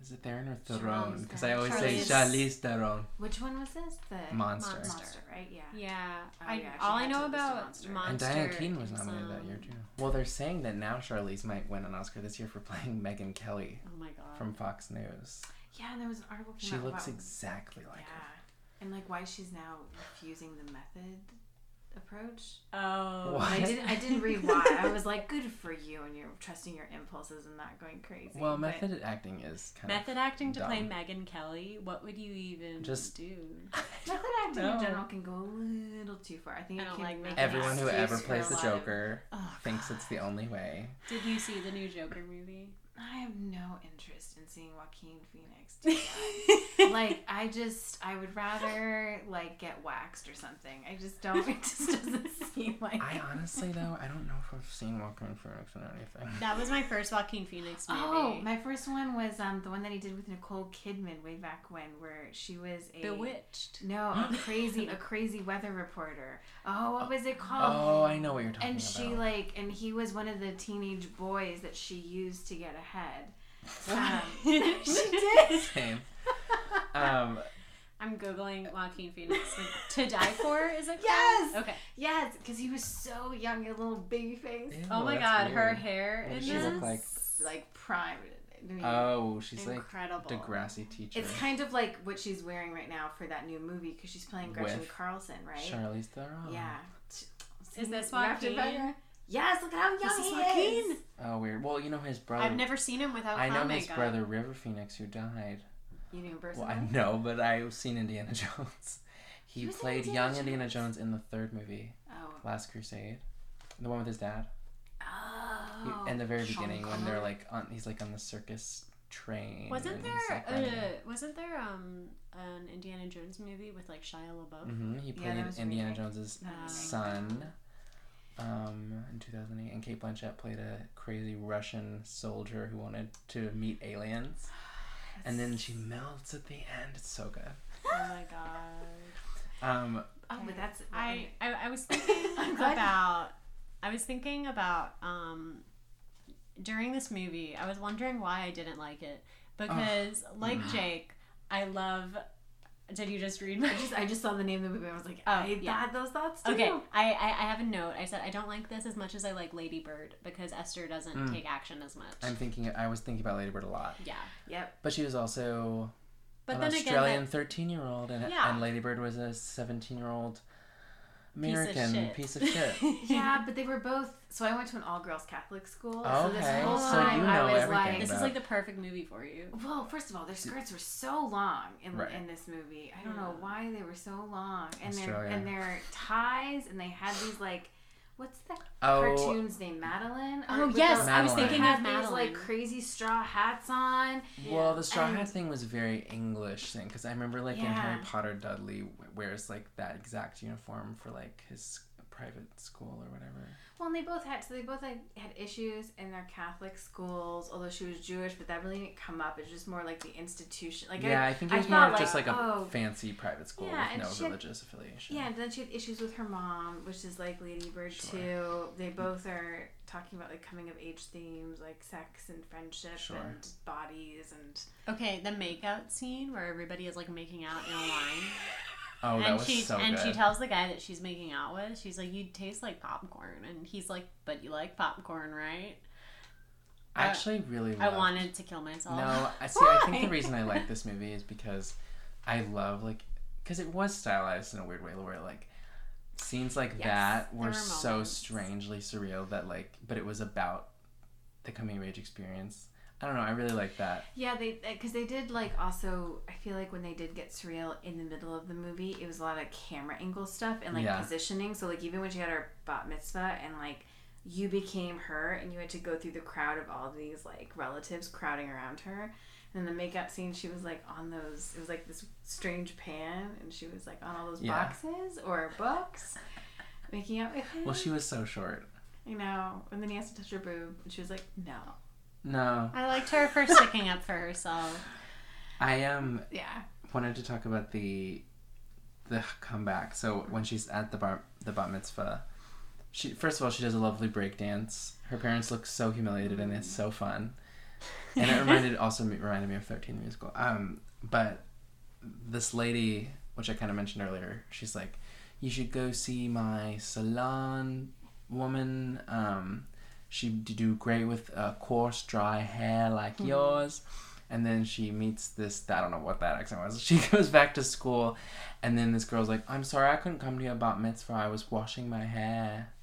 [SPEAKER 1] Is it Theron or Theron?
[SPEAKER 3] Charlize
[SPEAKER 1] Because I
[SPEAKER 3] Theron. Eh,
[SPEAKER 1] always say
[SPEAKER 2] Charlize.
[SPEAKER 1] Charlize Theron.
[SPEAKER 3] Which one was this? The
[SPEAKER 1] Monster.
[SPEAKER 2] Monster.
[SPEAKER 3] Monster, right? Yeah.
[SPEAKER 2] Yeah.
[SPEAKER 3] Oh,
[SPEAKER 2] I,
[SPEAKER 3] yeah, she
[SPEAKER 2] all I
[SPEAKER 3] had to
[SPEAKER 2] know
[SPEAKER 3] lose to
[SPEAKER 2] about Monster.
[SPEAKER 3] Monster.
[SPEAKER 1] And Diane Keaton was
[SPEAKER 2] is,
[SPEAKER 1] nominated that year
[SPEAKER 2] um,
[SPEAKER 1] too. Well, they're saying that now Charlize might win an Oscar this year for playing Megan Kelly
[SPEAKER 2] Oh my god.
[SPEAKER 1] from Fox News.
[SPEAKER 3] Yeah, and there was an article. Came
[SPEAKER 1] She
[SPEAKER 3] out
[SPEAKER 1] looks
[SPEAKER 3] about,
[SPEAKER 1] exactly like
[SPEAKER 3] yeah,
[SPEAKER 1] her.
[SPEAKER 3] and like why she's now refusing the method approach.
[SPEAKER 2] oh.
[SPEAKER 1] What?
[SPEAKER 3] I didn't. I didn't read why. I was like, good for you, and you're trusting your impulses and not going crazy.
[SPEAKER 1] Well,
[SPEAKER 3] but-
[SPEAKER 1] method acting is kind
[SPEAKER 2] Method acting to play
[SPEAKER 1] dumb.
[SPEAKER 2] Megan Kelly. What would you even
[SPEAKER 1] Just-
[SPEAKER 2] do?
[SPEAKER 1] of.
[SPEAKER 3] Method acting
[SPEAKER 1] No.
[SPEAKER 3] in general can go a little too far. I think
[SPEAKER 2] I
[SPEAKER 3] it
[SPEAKER 2] don't
[SPEAKER 3] can
[SPEAKER 2] like
[SPEAKER 3] make
[SPEAKER 2] method
[SPEAKER 3] an
[SPEAKER 1] Everyone who
[SPEAKER 3] excuse
[SPEAKER 1] ever
[SPEAKER 3] for a
[SPEAKER 1] plays the
[SPEAKER 3] lot of-
[SPEAKER 1] Joker
[SPEAKER 2] Oh,
[SPEAKER 1] thinks it's the only way.
[SPEAKER 2] Did you see the new Joker movie?
[SPEAKER 3] I have no interest in seeing Joaquin Phoenix. do that. like I just, I would rather like get waxed or something. I just don't. It just doesn't seem like.
[SPEAKER 1] I honestly though, I don't know if I've seen Walking Phoenix in anything.
[SPEAKER 2] That was my first Joaquin Phoenix movie.
[SPEAKER 3] Oh, my first one was um the one that he did with Nicole Kidman way back when, where she was a
[SPEAKER 2] Bewitched.
[SPEAKER 3] no, a crazy, a crazy weather reporter. Oh, what was it called?
[SPEAKER 1] Oh, I know what you're talking
[SPEAKER 3] and
[SPEAKER 1] about.
[SPEAKER 3] she like, and he was one of the teenage boys that she used to get ahead. Um,
[SPEAKER 2] she did.
[SPEAKER 1] Same. Um,
[SPEAKER 2] I'm googling Joaquin Phoenix. Like, to Die For is it? called?
[SPEAKER 3] Yes!
[SPEAKER 2] Okay.
[SPEAKER 3] yes, because he was so young, a little baby face,
[SPEAKER 1] ew,
[SPEAKER 2] Oh my
[SPEAKER 1] that's
[SPEAKER 2] God, her
[SPEAKER 1] weird.
[SPEAKER 2] hair
[SPEAKER 1] What
[SPEAKER 2] in
[SPEAKER 1] does she
[SPEAKER 2] this.
[SPEAKER 1] look like?
[SPEAKER 3] like prime. I mean,
[SPEAKER 1] Oh, she's like
[SPEAKER 2] Incredible.
[SPEAKER 1] Degrassi teacher.
[SPEAKER 3] It's kind of like what she's wearing right now for that new movie because she's playing Gretchen
[SPEAKER 1] With
[SPEAKER 3] Carlson, right?
[SPEAKER 1] Charlize Theron.
[SPEAKER 3] Yeah.
[SPEAKER 2] Is this
[SPEAKER 3] You have to
[SPEAKER 2] Joaquin?
[SPEAKER 3] remember- Yes, look at how young
[SPEAKER 2] This is
[SPEAKER 3] he
[SPEAKER 2] Joaquin.
[SPEAKER 3] is.
[SPEAKER 1] Oh, weird. Well, you know his brother.
[SPEAKER 2] I've never seen him without.
[SPEAKER 1] I know
[SPEAKER 2] oh my
[SPEAKER 1] his
[SPEAKER 2] God.
[SPEAKER 1] brother River Phoenix who died.
[SPEAKER 3] You knew him
[SPEAKER 1] Well,
[SPEAKER 3] personally.
[SPEAKER 1] I know, but I've seen Indiana Jones. He,
[SPEAKER 3] He was in
[SPEAKER 1] played
[SPEAKER 3] Indiana
[SPEAKER 1] young
[SPEAKER 3] Jones.
[SPEAKER 1] Indiana Jones in the third movie,
[SPEAKER 3] oh.
[SPEAKER 1] Last Crusade, the one with his dad. He-
[SPEAKER 3] Oh.
[SPEAKER 1] in the very
[SPEAKER 3] Sean
[SPEAKER 1] beginning, when they're
[SPEAKER 3] Connery.
[SPEAKER 1] like on, he's like on the circus train.
[SPEAKER 2] Wasn't
[SPEAKER 1] and he's,
[SPEAKER 2] there
[SPEAKER 1] like,
[SPEAKER 2] uh, wasn't there um an Indiana Jones movie with like Shia LaBeouf?
[SPEAKER 1] hmm He
[SPEAKER 3] Yeah,
[SPEAKER 1] played
[SPEAKER 3] that was a
[SPEAKER 1] Indiana
[SPEAKER 3] remake.
[SPEAKER 1] Jones's
[SPEAKER 3] Not a remake.
[SPEAKER 1] son. Um, in 2008, and Kate Blanchett played a crazy Russian soldier who wanted to meet aliens, and then she melts at the end. It's so good.
[SPEAKER 2] Oh my god.
[SPEAKER 1] Um,
[SPEAKER 3] Oh, but that's.
[SPEAKER 2] I, I, I was thinking
[SPEAKER 3] I'm glad-
[SPEAKER 2] about I was thinking about um during this movie I was wondering why I didn't like it because like
[SPEAKER 1] Mm.
[SPEAKER 2] Jake I love did you just read my
[SPEAKER 3] um, I just, I just saw the name of the movie. I was like,
[SPEAKER 2] Oh,
[SPEAKER 3] I
[SPEAKER 2] yeah.
[SPEAKER 3] had those thoughts too.
[SPEAKER 2] Okay, I, I I have a note. I said I don't like this as much as I like Lady Bird because Esther doesn't
[SPEAKER 1] Mm.
[SPEAKER 2] take action as much.
[SPEAKER 1] I'm thinking. I was thinking about Lady Bird a lot,
[SPEAKER 2] yeah,
[SPEAKER 3] Yep.
[SPEAKER 1] but she was also
[SPEAKER 2] but
[SPEAKER 1] an
[SPEAKER 2] then
[SPEAKER 1] Australian
[SPEAKER 2] again,
[SPEAKER 1] 13 year old, and,
[SPEAKER 2] Yeah.
[SPEAKER 1] and Lady Bird was a 17 year old American
[SPEAKER 2] shit.
[SPEAKER 1] piece of shit.
[SPEAKER 3] Yeah, but they were both. So I went to an all girls Catholic school. So
[SPEAKER 1] Okay,
[SPEAKER 3] this whole
[SPEAKER 2] so
[SPEAKER 3] time
[SPEAKER 2] you
[SPEAKER 1] know
[SPEAKER 3] I was
[SPEAKER 1] everything
[SPEAKER 3] like,
[SPEAKER 2] This is
[SPEAKER 1] about-
[SPEAKER 2] like the perfect movie for you.
[SPEAKER 3] well, first of all, their skirts were so long in,
[SPEAKER 1] Right.
[SPEAKER 3] in this movie. I don't
[SPEAKER 2] Yeah.
[SPEAKER 3] know why they were so long. And their
[SPEAKER 1] Australia.
[SPEAKER 3] and their ties, and they had these like, what's that
[SPEAKER 1] Oh,
[SPEAKER 3] cartoon's name? Madeline.
[SPEAKER 2] Oh
[SPEAKER 3] With
[SPEAKER 2] yes,
[SPEAKER 3] the-
[SPEAKER 2] I was
[SPEAKER 1] Madeline.
[SPEAKER 2] thinking
[SPEAKER 3] had
[SPEAKER 2] of
[SPEAKER 3] these
[SPEAKER 2] Madeline.
[SPEAKER 3] like crazy straw hats on.
[SPEAKER 1] well, the straw
[SPEAKER 3] And-
[SPEAKER 1] hat thing was a very English thing because I remember like in
[SPEAKER 3] Yeah.
[SPEAKER 1] Harry Potter, Dudley w- wears like that exact uniform for like his private school or whatever.
[SPEAKER 3] Well, and they both had so they both like, had issues in their Catholic schools. Although she was Jewish, but that really didn't come up. It's just more like the institution. Like
[SPEAKER 1] yeah,
[SPEAKER 3] I,
[SPEAKER 1] I, think
[SPEAKER 3] I
[SPEAKER 1] it was more
[SPEAKER 3] thought,
[SPEAKER 1] of just like
[SPEAKER 3] like,
[SPEAKER 1] a
[SPEAKER 3] oh.
[SPEAKER 1] fancy private school
[SPEAKER 3] Yeah,
[SPEAKER 1] with
[SPEAKER 3] and
[SPEAKER 1] no
[SPEAKER 3] she had-
[SPEAKER 1] religious affiliation.
[SPEAKER 3] yeah. And then she had issues with her mom, which is like Lady Bird
[SPEAKER 1] Sure.
[SPEAKER 3] too. They both are talking about like coming of age themes, like sex and friendship
[SPEAKER 1] Sure.
[SPEAKER 3] and bodies and
[SPEAKER 2] Okay, the makeout scene where everybody is like making out in a line,
[SPEAKER 1] Oh, that
[SPEAKER 2] and
[SPEAKER 1] was
[SPEAKER 2] she
[SPEAKER 1] so
[SPEAKER 2] and
[SPEAKER 1] good.
[SPEAKER 2] she tells the guy that she's making out with, she's like, "You taste like popcorn," and he's like, "But you like popcorn, right?"
[SPEAKER 1] I actually really.
[SPEAKER 2] I
[SPEAKER 1] loved-
[SPEAKER 2] wanted to kill myself.
[SPEAKER 1] No, I see. I think the
[SPEAKER 2] Oh. Why?
[SPEAKER 1] reason I like this movie is because I love like because it was stylized in a weird way, where like scenes like
[SPEAKER 2] Yes,
[SPEAKER 1] that
[SPEAKER 2] there
[SPEAKER 1] were
[SPEAKER 2] were
[SPEAKER 1] so
[SPEAKER 2] moments.
[SPEAKER 1] strangely surreal that like, but it was about the coming of age experience. I don't know. I really like that.
[SPEAKER 3] yeah, they because they did like also. I feel like when they did get surreal in the middle of the movie, it was a lot of camera angle stuff and like
[SPEAKER 1] Yeah.
[SPEAKER 3] positioning. So like even when she had her bat mitzvah and like you became her and you had to go through the crowd of all these like relatives crowding around her. And then the makeout scene, she was like on those. It was like this strange pan, and she was like on all those
[SPEAKER 1] Yeah.
[SPEAKER 3] boxes or books, making out with him.
[SPEAKER 1] Well, she was so short.
[SPEAKER 3] you know. And then he has to touch her boob, and she was like, no.
[SPEAKER 1] No,
[SPEAKER 2] I liked her for sticking up for herself.
[SPEAKER 1] I um
[SPEAKER 3] Yeah.
[SPEAKER 1] wanted to talk about the the comeback. So when she's at the bar the bat mitzvah, she first of all she does a lovely break dance. Her parents look so humiliated and it's so fun. And it reminded also me- reminded me of Thirteen the Musical. Um, but this lady, which I kind of mentioned earlier, she's like, "You should go see my salon woman. Um, she d- do great with uh, coarse, dry hair like
[SPEAKER 3] Mm-hmm.
[SPEAKER 1] yours." And then she meets this, I don't know what that accent was. She goes back to school, and then this girl's like, I'm sorry, I couldn't come to your bat mitzvah. I was washing my hair.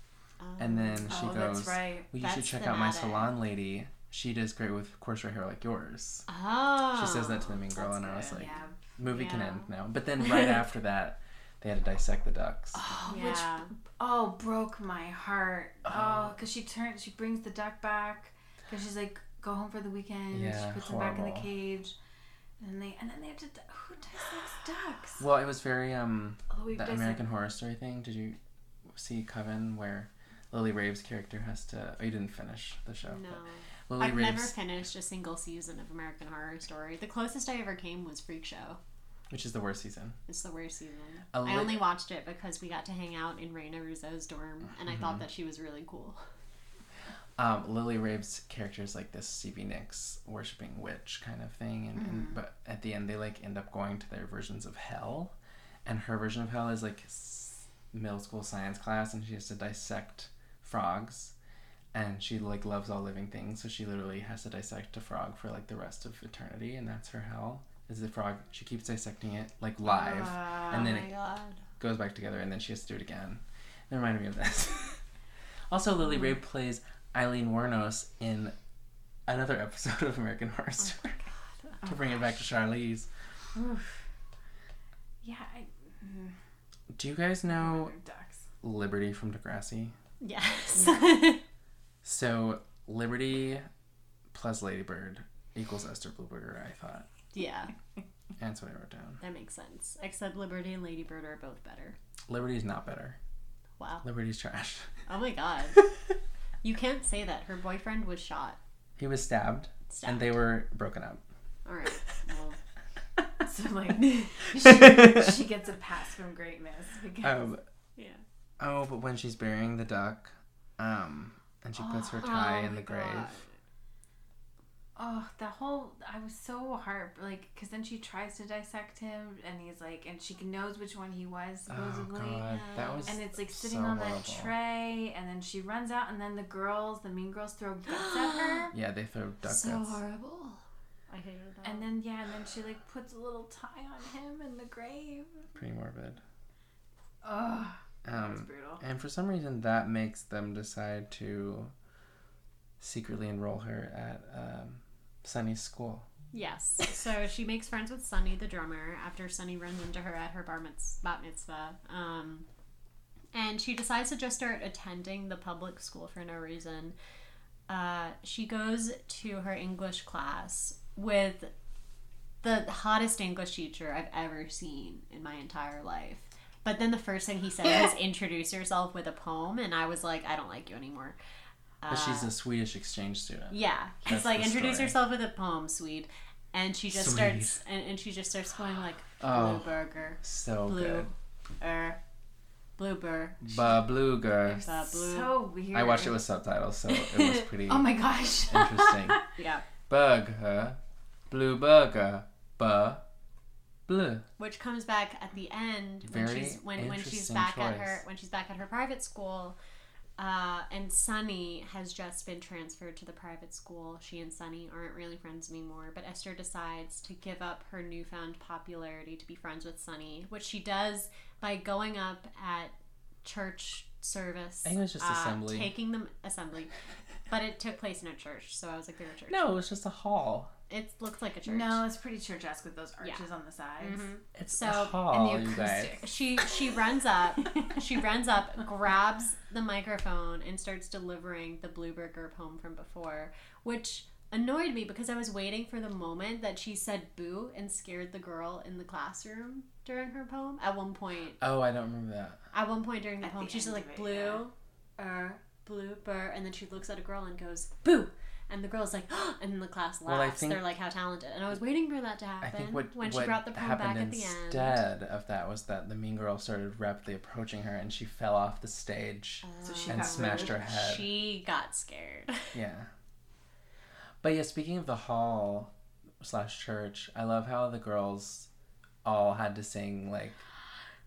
[SPEAKER 1] And then she
[SPEAKER 3] oh,
[SPEAKER 1] goes,
[SPEAKER 3] that's right.
[SPEAKER 1] Well, you should
[SPEAKER 2] That's
[SPEAKER 1] check
[SPEAKER 2] the
[SPEAKER 1] out my
[SPEAKER 2] matter.
[SPEAKER 1] salon lady. She does great with coarser hair like yours.
[SPEAKER 2] oh,
[SPEAKER 1] She says that to the mean girl,
[SPEAKER 2] that's
[SPEAKER 1] and I was
[SPEAKER 2] good.
[SPEAKER 1] like,
[SPEAKER 3] yeah.
[SPEAKER 1] movie can
[SPEAKER 2] Yeah.
[SPEAKER 1] end now. But then right after that, they had to dissect the ducks.
[SPEAKER 2] Oh,
[SPEAKER 3] Which-
[SPEAKER 2] yeah.
[SPEAKER 3] Oh, broke my heart. Oh,
[SPEAKER 1] Oh.
[SPEAKER 3] because she turns, she brings the duck back, because she's like, go home for the weekend.
[SPEAKER 1] Yeah,
[SPEAKER 3] she puts him back in
[SPEAKER 1] horrible.
[SPEAKER 3] the cage, and they and then they have to. Who dissects ducks?
[SPEAKER 1] Well, it was very, um,
[SPEAKER 3] Although we've
[SPEAKER 1] that
[SPEAKER 3] dissected-
[SPEAKER 1] American Horror Story thing. Did you see Coven where Lily Rave's character has to. Oh, you didn't finish the show.
[SPEAKER 2] no.
[SPEAKER 1] but Lily
[SPEAKER 2] I've
[SPEAKER 1] Rave's.
[SPEAKER 2] never finished a single season of American Horror Story. The closest I ever came was Freak Show.
[SPEAKER 1] Which is the worst season.
[SPEAKER 2] It's the worst season.
[SPEAKER 1] A
[SPEAKER 2] I
[SPEAKER 1] li-
[SPEAKER 2] only watched it because we got to hang out in Raina Russo's dorm, and I
[SPEAKER 1] Mm-hmm.
[SPEAKER 2] thought that she was really cool.
[SPEAKER 1] um, Lily Rave's character is like this Stevie Nicks worshiping witch kind of thing, and, and but at the end they like end up going to their versions of hell, and her version of hell is like s- middle school science class, and she has to dissect frogs, and she like loves all living things, so she literally has to dissect a frog for like the rest of eternity, and that's her hell. Is the frog? She keeps dissecting it like live, and then
[SPEAKER 2] oh
[SPEAKER 1] it
[SPEAKER 2] my god.
[SPEAKER 1] goes back together and then she has to do it again. It reminded me of this. also, Lily Ray plays Eileen Warnos in another episode of American Horror Story. to bring it back to Charlize.
[SPEAKER 3] Oof. Yeah, I, mm,
[SPEAKER 1] Do you guys know
[SPEAKER 3] ducks.
[SPEAKER 1] Liberty from Degrassi?
[SPEAKER 2] Yes.
[SPEAKER 1] So, Liberty plus Ladybird equals Esther Blueberger, I thought.
[SPEAKER 2] yeah,
[SPEAKER 1] And that's what I wrote down.
[SPEAKER 2] that makes sense. Except Liberty and Ladybird are both better.
[SPEAKER 1] Liberty's not better.
[SPEAKER 2] Wow.
[SPEAKER 1] Liberty's trash.
[SPEAKER 2] Oh my god. you can't say that. Her boyfriend was shot.
[SPEAKER 1] He was stabbed,
[SPEAKER 2] Stabbed.
[SPEAKER 1] and they were broken up.
[SPEAKER 2] All right. Well,
[SPEAKER 3] So like, she, she gets a pass from greatness because
[SPEAKER 1] Um,
[SPEAKER 2] yeah.
[SPEAKER 1] Oh, but when she's burying the duck, um, and she puts her tie
[SPEAKER 2] Oh
[SPEAKER 1] in
[SPEAKER 2] my
[SPEAKER 1] the grave.
[SPEAKER 2] God.
[SPEAKER 3] oh, the whole I was so heart like because then she tries to dissect him and he's like, and she knows which one he was
[SPEAKER 1] Oh
[SPEAKER 3] supposedly.
[SPEAKER 1] god, that
[SPEAKER 2] yeah.
[SPEAKER 1] was
[SPEAKER 3] and it's like sitting
[SPEAKER 1] so
[SPEAKER 3] on that
[SPEAKER 1] horrible.
[SPEAKER 3] tray and then she runs out and then the girls the mean girls throw guts at her
[SPEAKER 1] yeah. They throw duck
[SPEAKER 2] so
[SPEAKER 1] guts.
[SPEAKER 2] horrible. I hated that.
[SPEAKER 3] and then yeah and then she like puts a little tie on him in the grave
[SPEAKER 1] Pretty morbid.
[SPEAKER 3] Ugh. That was
[SPEAKER 1] Um,
[SPEAKER 3] brutal.
[SPEAKER 1] and for some reason, that makes them decide to secretly enroll her at um, Sunny's school.
[SPEAKER 2] Yes. So she makes friends with Sunny, the drummer, after Sunny runs into her at her bar mitz- bat mitzvah. Um, and she decides to just start attending the public school for no reason. Uh, she goes to her English class with the hottest English teacher I've ever seen in my entire life. But then the first thing he said was introduce yourself with a poem, and I was like, I don't like you anymore.
[SPEAKER 1] But she's a Swedish exchange student.
[SPEAKER 2] Yeah, he's
[SPEAKER 1] That's
[SPEAKER 2] like
[SPEAKER 1] the
[SPEAKER 2] introduce
[SPEAKER 1] story.
[SPEAKER 2] yourself with a poem, Swede, and she just
[SPEAKER 1] Swede.
[SPEAKER 2] starts and, and she just starts going like
[SPEAKER 1] Oh.
[SPEAKER 2] blue burger,
[SPEAKER 1] So
[SPEAKER 2] blue,
[SPEAKER 1] good.
[SPEAKER 2] er, blue burger.
[SPEAKER 1] Babluga.
[SPEAKER 2] They're blue.
[SPEAKER 3] So weird.
[SPEAKER 1] I watched it with subtitles, so it was pretty
[SPEAKER 3] Oh my gosh.
[SPEAKER 1] interesting.
[SPEAKER 2] Yeah,
[SPEAKER 1] Bug her, blue burger, ba, blue.
[SPEAKER 2] which comes back at the end when
[SPEAKER 1] Very
[SPEAKER 2] she's when when she's
[SPEAKER 1] interesting
[SPEAKER 2] back at
[SPEAKER 1] choice.
[SPEAKER 2] her when she's back at her private school. Uh, and Sunny has just been transferred to the private school. She and Sunny aren't really friends anymore, but Esther decides to give up her newfound popularity to be friends with Sunny, which she does by going up at church service.
[SPEAKER 1] I
[SPEAKER 2] uh,
[SPEAKER 1] think it was just assembly.
[SPEAKER 2] Taking them assembly, but it took place in a church, so I was like, "They're a church."
[SPEAKER 1] No, it was just a hall.
[SPEAKER 2] it looks like a church.
[SPEAKER 3] No, it's pretty church esque with those
[SPEAKER 2] Yeah.
[SPEAKER 3] arches on the sides.
[SPEAKER 2] Mhm.
[SPEAKER 1] It's
[SPEAKER 2] So-
[SPEAKER 1] a
[SPEAKER 2] and the
[SPEAKER 1] hall, you guys.
[SPEAKER 3] acoustic.
[SPEAKER 2] She she runs up, she runs up, grabs the microphone and starts delivering the Blue Burger poem from before, which annoyed me because I was waiting for the moment that she said boo and scared the girl in the classroom during her poem. At one point,
[SPEAKER 1] Oh, I don't remember that.
[SPEAKER 2] at one point during the
[SPEAKER 3] At
[SPEAKER 2] poem,
[SPEAKER 3] the
[SPEAKER 2] she's
[SPEAKER 3] end
[SPEAKER 2] like
[SPEAKER 3] of it,
[SPEAKER 2] blue, er, blue burr, and then she looks at a girl and goes boo. And the girl's like, and then the class laughs.
[SPEAKER 1] Well, I think-
[SPEAKER 2] They're like, how talented. And I was waiting for that to
[SPEAKER 1] I
[SPEAKER 2] happen
[SPEAKER 1] think what
[SPEAKER 2] when
[SPEAKER 1] what
[SPEAKER 2] she brought the poem back
[SPEAKER 1] happened
[SPEAKER 2] at the end.
[SPEAKER 1] instead of that was that the mean girl started rapidly approaching her, and she fell off the stage
[SPEAKER 2] Oh.
[SPEAKER 3] So she
[SPEAKER 1] and
[SPEAKER 3] got
[SPEAKER 1] smashed her
[SPEAKER 3] really-
[SPEAKER 1] head.
[SPEAKER 2] She got scared.
[SPEAKER 1] Yeah. But yeah, speaking of the hall slash church, I love how the girls all had to sing like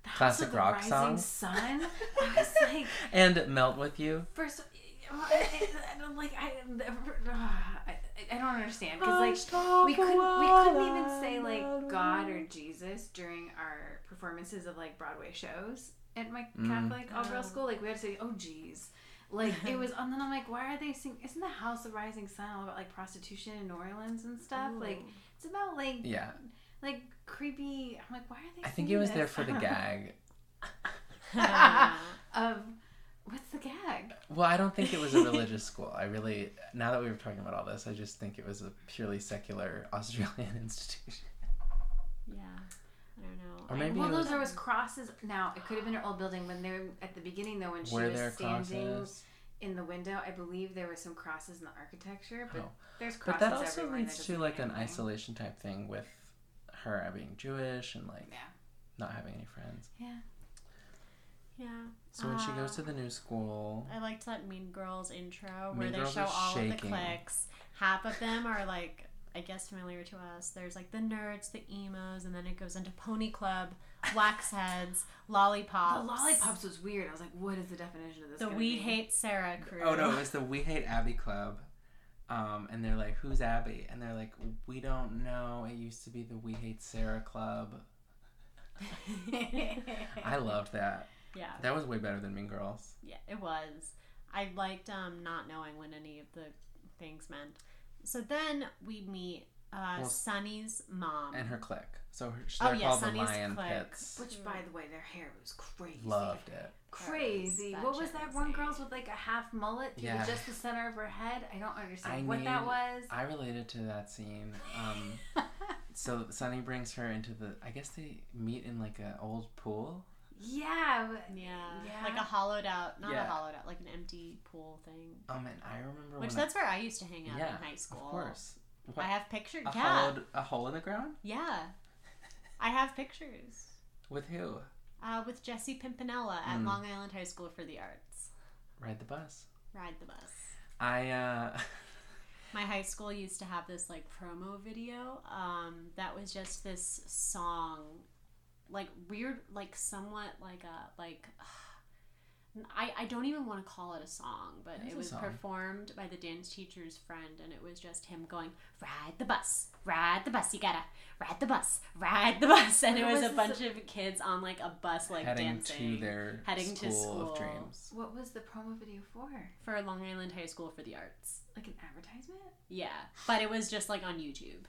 [SPEAKER 3] The House
[SPEAKER 1] Classic
[SPEAKER 3] of the
[SPEAKER 1] rock
[SPEAKER 3] Rising
[SPEAKER 1] song.
[SPEAKER 3] Sun. I was like,
[SPEAKER 1] and melt with you.
[SPEAKER 3] first, I, I don't like. I, I, I don't understand because like we couldn't we couldn't even say like God or Jesus during our performances of like Broadway shows at my
[SPEAKER 1] Mm.
[SPEAKER 3] Catholic all girls
[SPEAKER 2] Oh.
[SPEAKER 3] school. Like we had to say, oh geez. Like it was, and then I'm like, why are they singing? Isn't the House of Rising Sun all about like prostitution in New Orleans and stuff? Like it's about like
[SPEAKER 1] Yeah,
[SPEAKER 3] like creepy. I'm like, why are they?
[SPEAKER 1] I think it
[SPEAKER 3] singing
[SPEAKER 1] was there
[SPEAKER 3] this?
[SPEAKER 1] for
[SPEAKER 2] Uh-huh.
[SPEAKER 1] the gag.
[SPEAKER 2] Uh,
[SPEAKER 3] of what's the gag?
[SPEAKER 1] Well, I don't think it was a religious school. I really, now that we were talking about all this, I just think it was a purely secular Australian institution.
[SPEAKER 2] yeah, I don't know.
[SPEAKER 1] Or
[SPEAKER 2] I-
[SPEAKER 1] maybe
[SPEAKER 3] Well,
[SPEAKER 1] it
[SPEAKER 3] no,
[SPEAKER 1] was-
[SPEAKER 3] there was crosses. Now it could have been an old building when they were at the beginning though. When she
[SPEAKER 1] Were
[SPEAKER 3] was
[SPEAKER 1] there
[SPEAKER 3] standing
[SPEAKER 1] crosses?
[SPEAKER 3] in the window, I believe there were some crosses in the architecture. But
[SPEAKER 1] Oh.
[SPEAKER 3] there's crosses
[SPEAKER 1] But that also
[SPEAKER 3] everywhere. and
[SPEAKER 1] leads
[SPEAKER 3] that
[SPEAKER 1] to
[SPEAKER 3] doesn't
[SPEAKER 1] like
[SPEAKER 3] mean
[SPEAKER 1] an
[SPEAKER 3] anything.
[SPEAKER 1] isolation type thing with her being Jewish and like
[SPEAKER 3] Yeah,
[SPEAKER 1] not having any friends.
[SPEAKER 3] yeah.
[SPEAKER 2] yeah,
[SPEAKER 1] So when she goes
[SPEAKER 2] Ah.
[SPEAKER 1] to the new school,
[SPEAKER 2] I liked that Mean Girls intro where
[SPEAKER 1] Mean
[SPEAKER 2] they
[SPEAKER 1] Girls
[SPEAKER 2] show
[SPEAKER 1] is
[SPEAKER 2] all of the
[SPEAKER 1] shaking.
[SPEAKER 2] clicks. Half of them are like, I guess, familiar to us. There's like the nerds, the emos, and then it goes into Pony Club, Wax Heads,
[SPEAKER 3] The
[SPEAKER 2] Lollipops,
[SPEAKER 3] lollipops was weird. I was like, what is the definition of this?
[SPEAKER 2] the
[SPEAKER 3] gonna
[SPEAKER 2] We
[SPEAKER 3] be?
[SPEAKER 2] Hate Sarah crew.
[SPEAKER 1] Oh no, it was the We Hate Abby Club. Um, and they're like, Who's Abby? And they're like, We don't know. It used to be the We Hate Sarah Club. I loved that.
[SPEAKER 2] yeah,
[SPEAKER 1] That was way better than Mean Girls.
[SPEAKER 2] Yeah, it was. I liked um not knowing what any of the things meant. So then we meet uh
[SPEAKER 1] Well,
[SPEAKER 2] Sunny's mom.
[SPEAKER 1] And her clique. So her,
[SPEAKER 2] Oh,
[SPEAKER 1] they're
[SPEAKER 2] yeah,
[SPEAKER 1] called
[SPEAKER 2] Sunny's
[SPEAKER 1] the Lion
[SPEAKER 2] clique.
[SPEAKER 1] Pits.
[SPEAKER 3] Which, by the way, their hair was crazy.
[SPEAKER 1] Loved it.
[SPEAKER 3] Crazy.
[SPEAKER 2] That
[SPEAKER 3] what
[SPEAKER 2] shit
[SPEAKER 3] was that
[SPEAKER 2] was
[SPEAKER 3] one
[SPEAKER 2] insane.
[SPEAKER 3] girl's with like a half mullet through
[SPEAKER 1] Yeah.
[SPEAKER 3] the, just the center of her head? I don't understand
[SPEAKER 1] I
[SPEAKER 3] what that
[SPEAKER 1] mean,
[SPEAKER 3] was.
[SPEAKER 1] I related to that scene. Um, so Sunny brings her into the. I guess they meet in like an old pool.
[SPEAKER 3] Yeah. w-
[SPEAKER 2] Yeah.
[SPEAKER 3] Yeah.
[SPEAKER 2] Like a hollowed out not
[SPEAKER 1] Yeah.
[SPEAKER 2] a hollowed out, like an empty pool thing.
[SPEAKER 1] Um, and I remember
[SPEAKER 2] Which
[SPEAKER 1] when
[SPEAKER 2] that's where I used to hang
[SPEAKER 1] I,
[SPEAKER 2] out
[SPEAKER 1] yeah,
[SPEAKER 2] in high school.
[SPEAKER 1] Of course. What,
[SPEAKER 2] I have pictures
[SPEAKER 1] a
[SPEAKER 2] yeah.
[SPEAKER 1] hollowed, a hole in the ground
[SPEAKER 2] Yeah. I have pictures.
[SPEAKER 1] with who?
[SPEAKER 2] Uh, with Jesse Pimpinella at
[SPEAKER 1] Mm.
[SPEAKER 2] Long Island High School for the Arts.
[SPEAKER 1] Ride the bus.
[SPEAKER 2] Ride the bus.
[SPEAKER 1] I uh
[SPEAKER 2] my high school used to have this like promo video um, that was just this song like weird like somewhat like a like I, I don't even want to call it a song, but
[SPEAKER 1] It's
[SPEAKER 2] it
[SPEAKER 1] a
[SPEAKER 2] was
[SPEAKER 1] song.
[SPEAKER 2] performed by the dance teacher's friend, and it was just him going, Ride the bus, ride the bus, you gotta ride the bus, ride the bus. And it
[SPEAKER 3] What
[SPEAKER 2] was,
[SPEAKER 3] was
[SPEAKER 2] a
[SPEAKER 3] this-
[SPEAKER 2] bunch of kids on like a bus, like
[SPEAKER 1] heading
[SPEAKER 2] dancing
[SPEAKER 1] to their school,
[SPEAKER 2] heading to
[SPEAKER 1] of
[SPEAKER 2] school.
[SPEAKER 1] dreams.
[SPEAKER 3] What was the promo video for?
[SPEAKER 2] for Long Island High School for the Arts.
[SPEAKER 3] Like an advertisement?
[SPEAKER 2] Yeah, but it was just like on YouTube.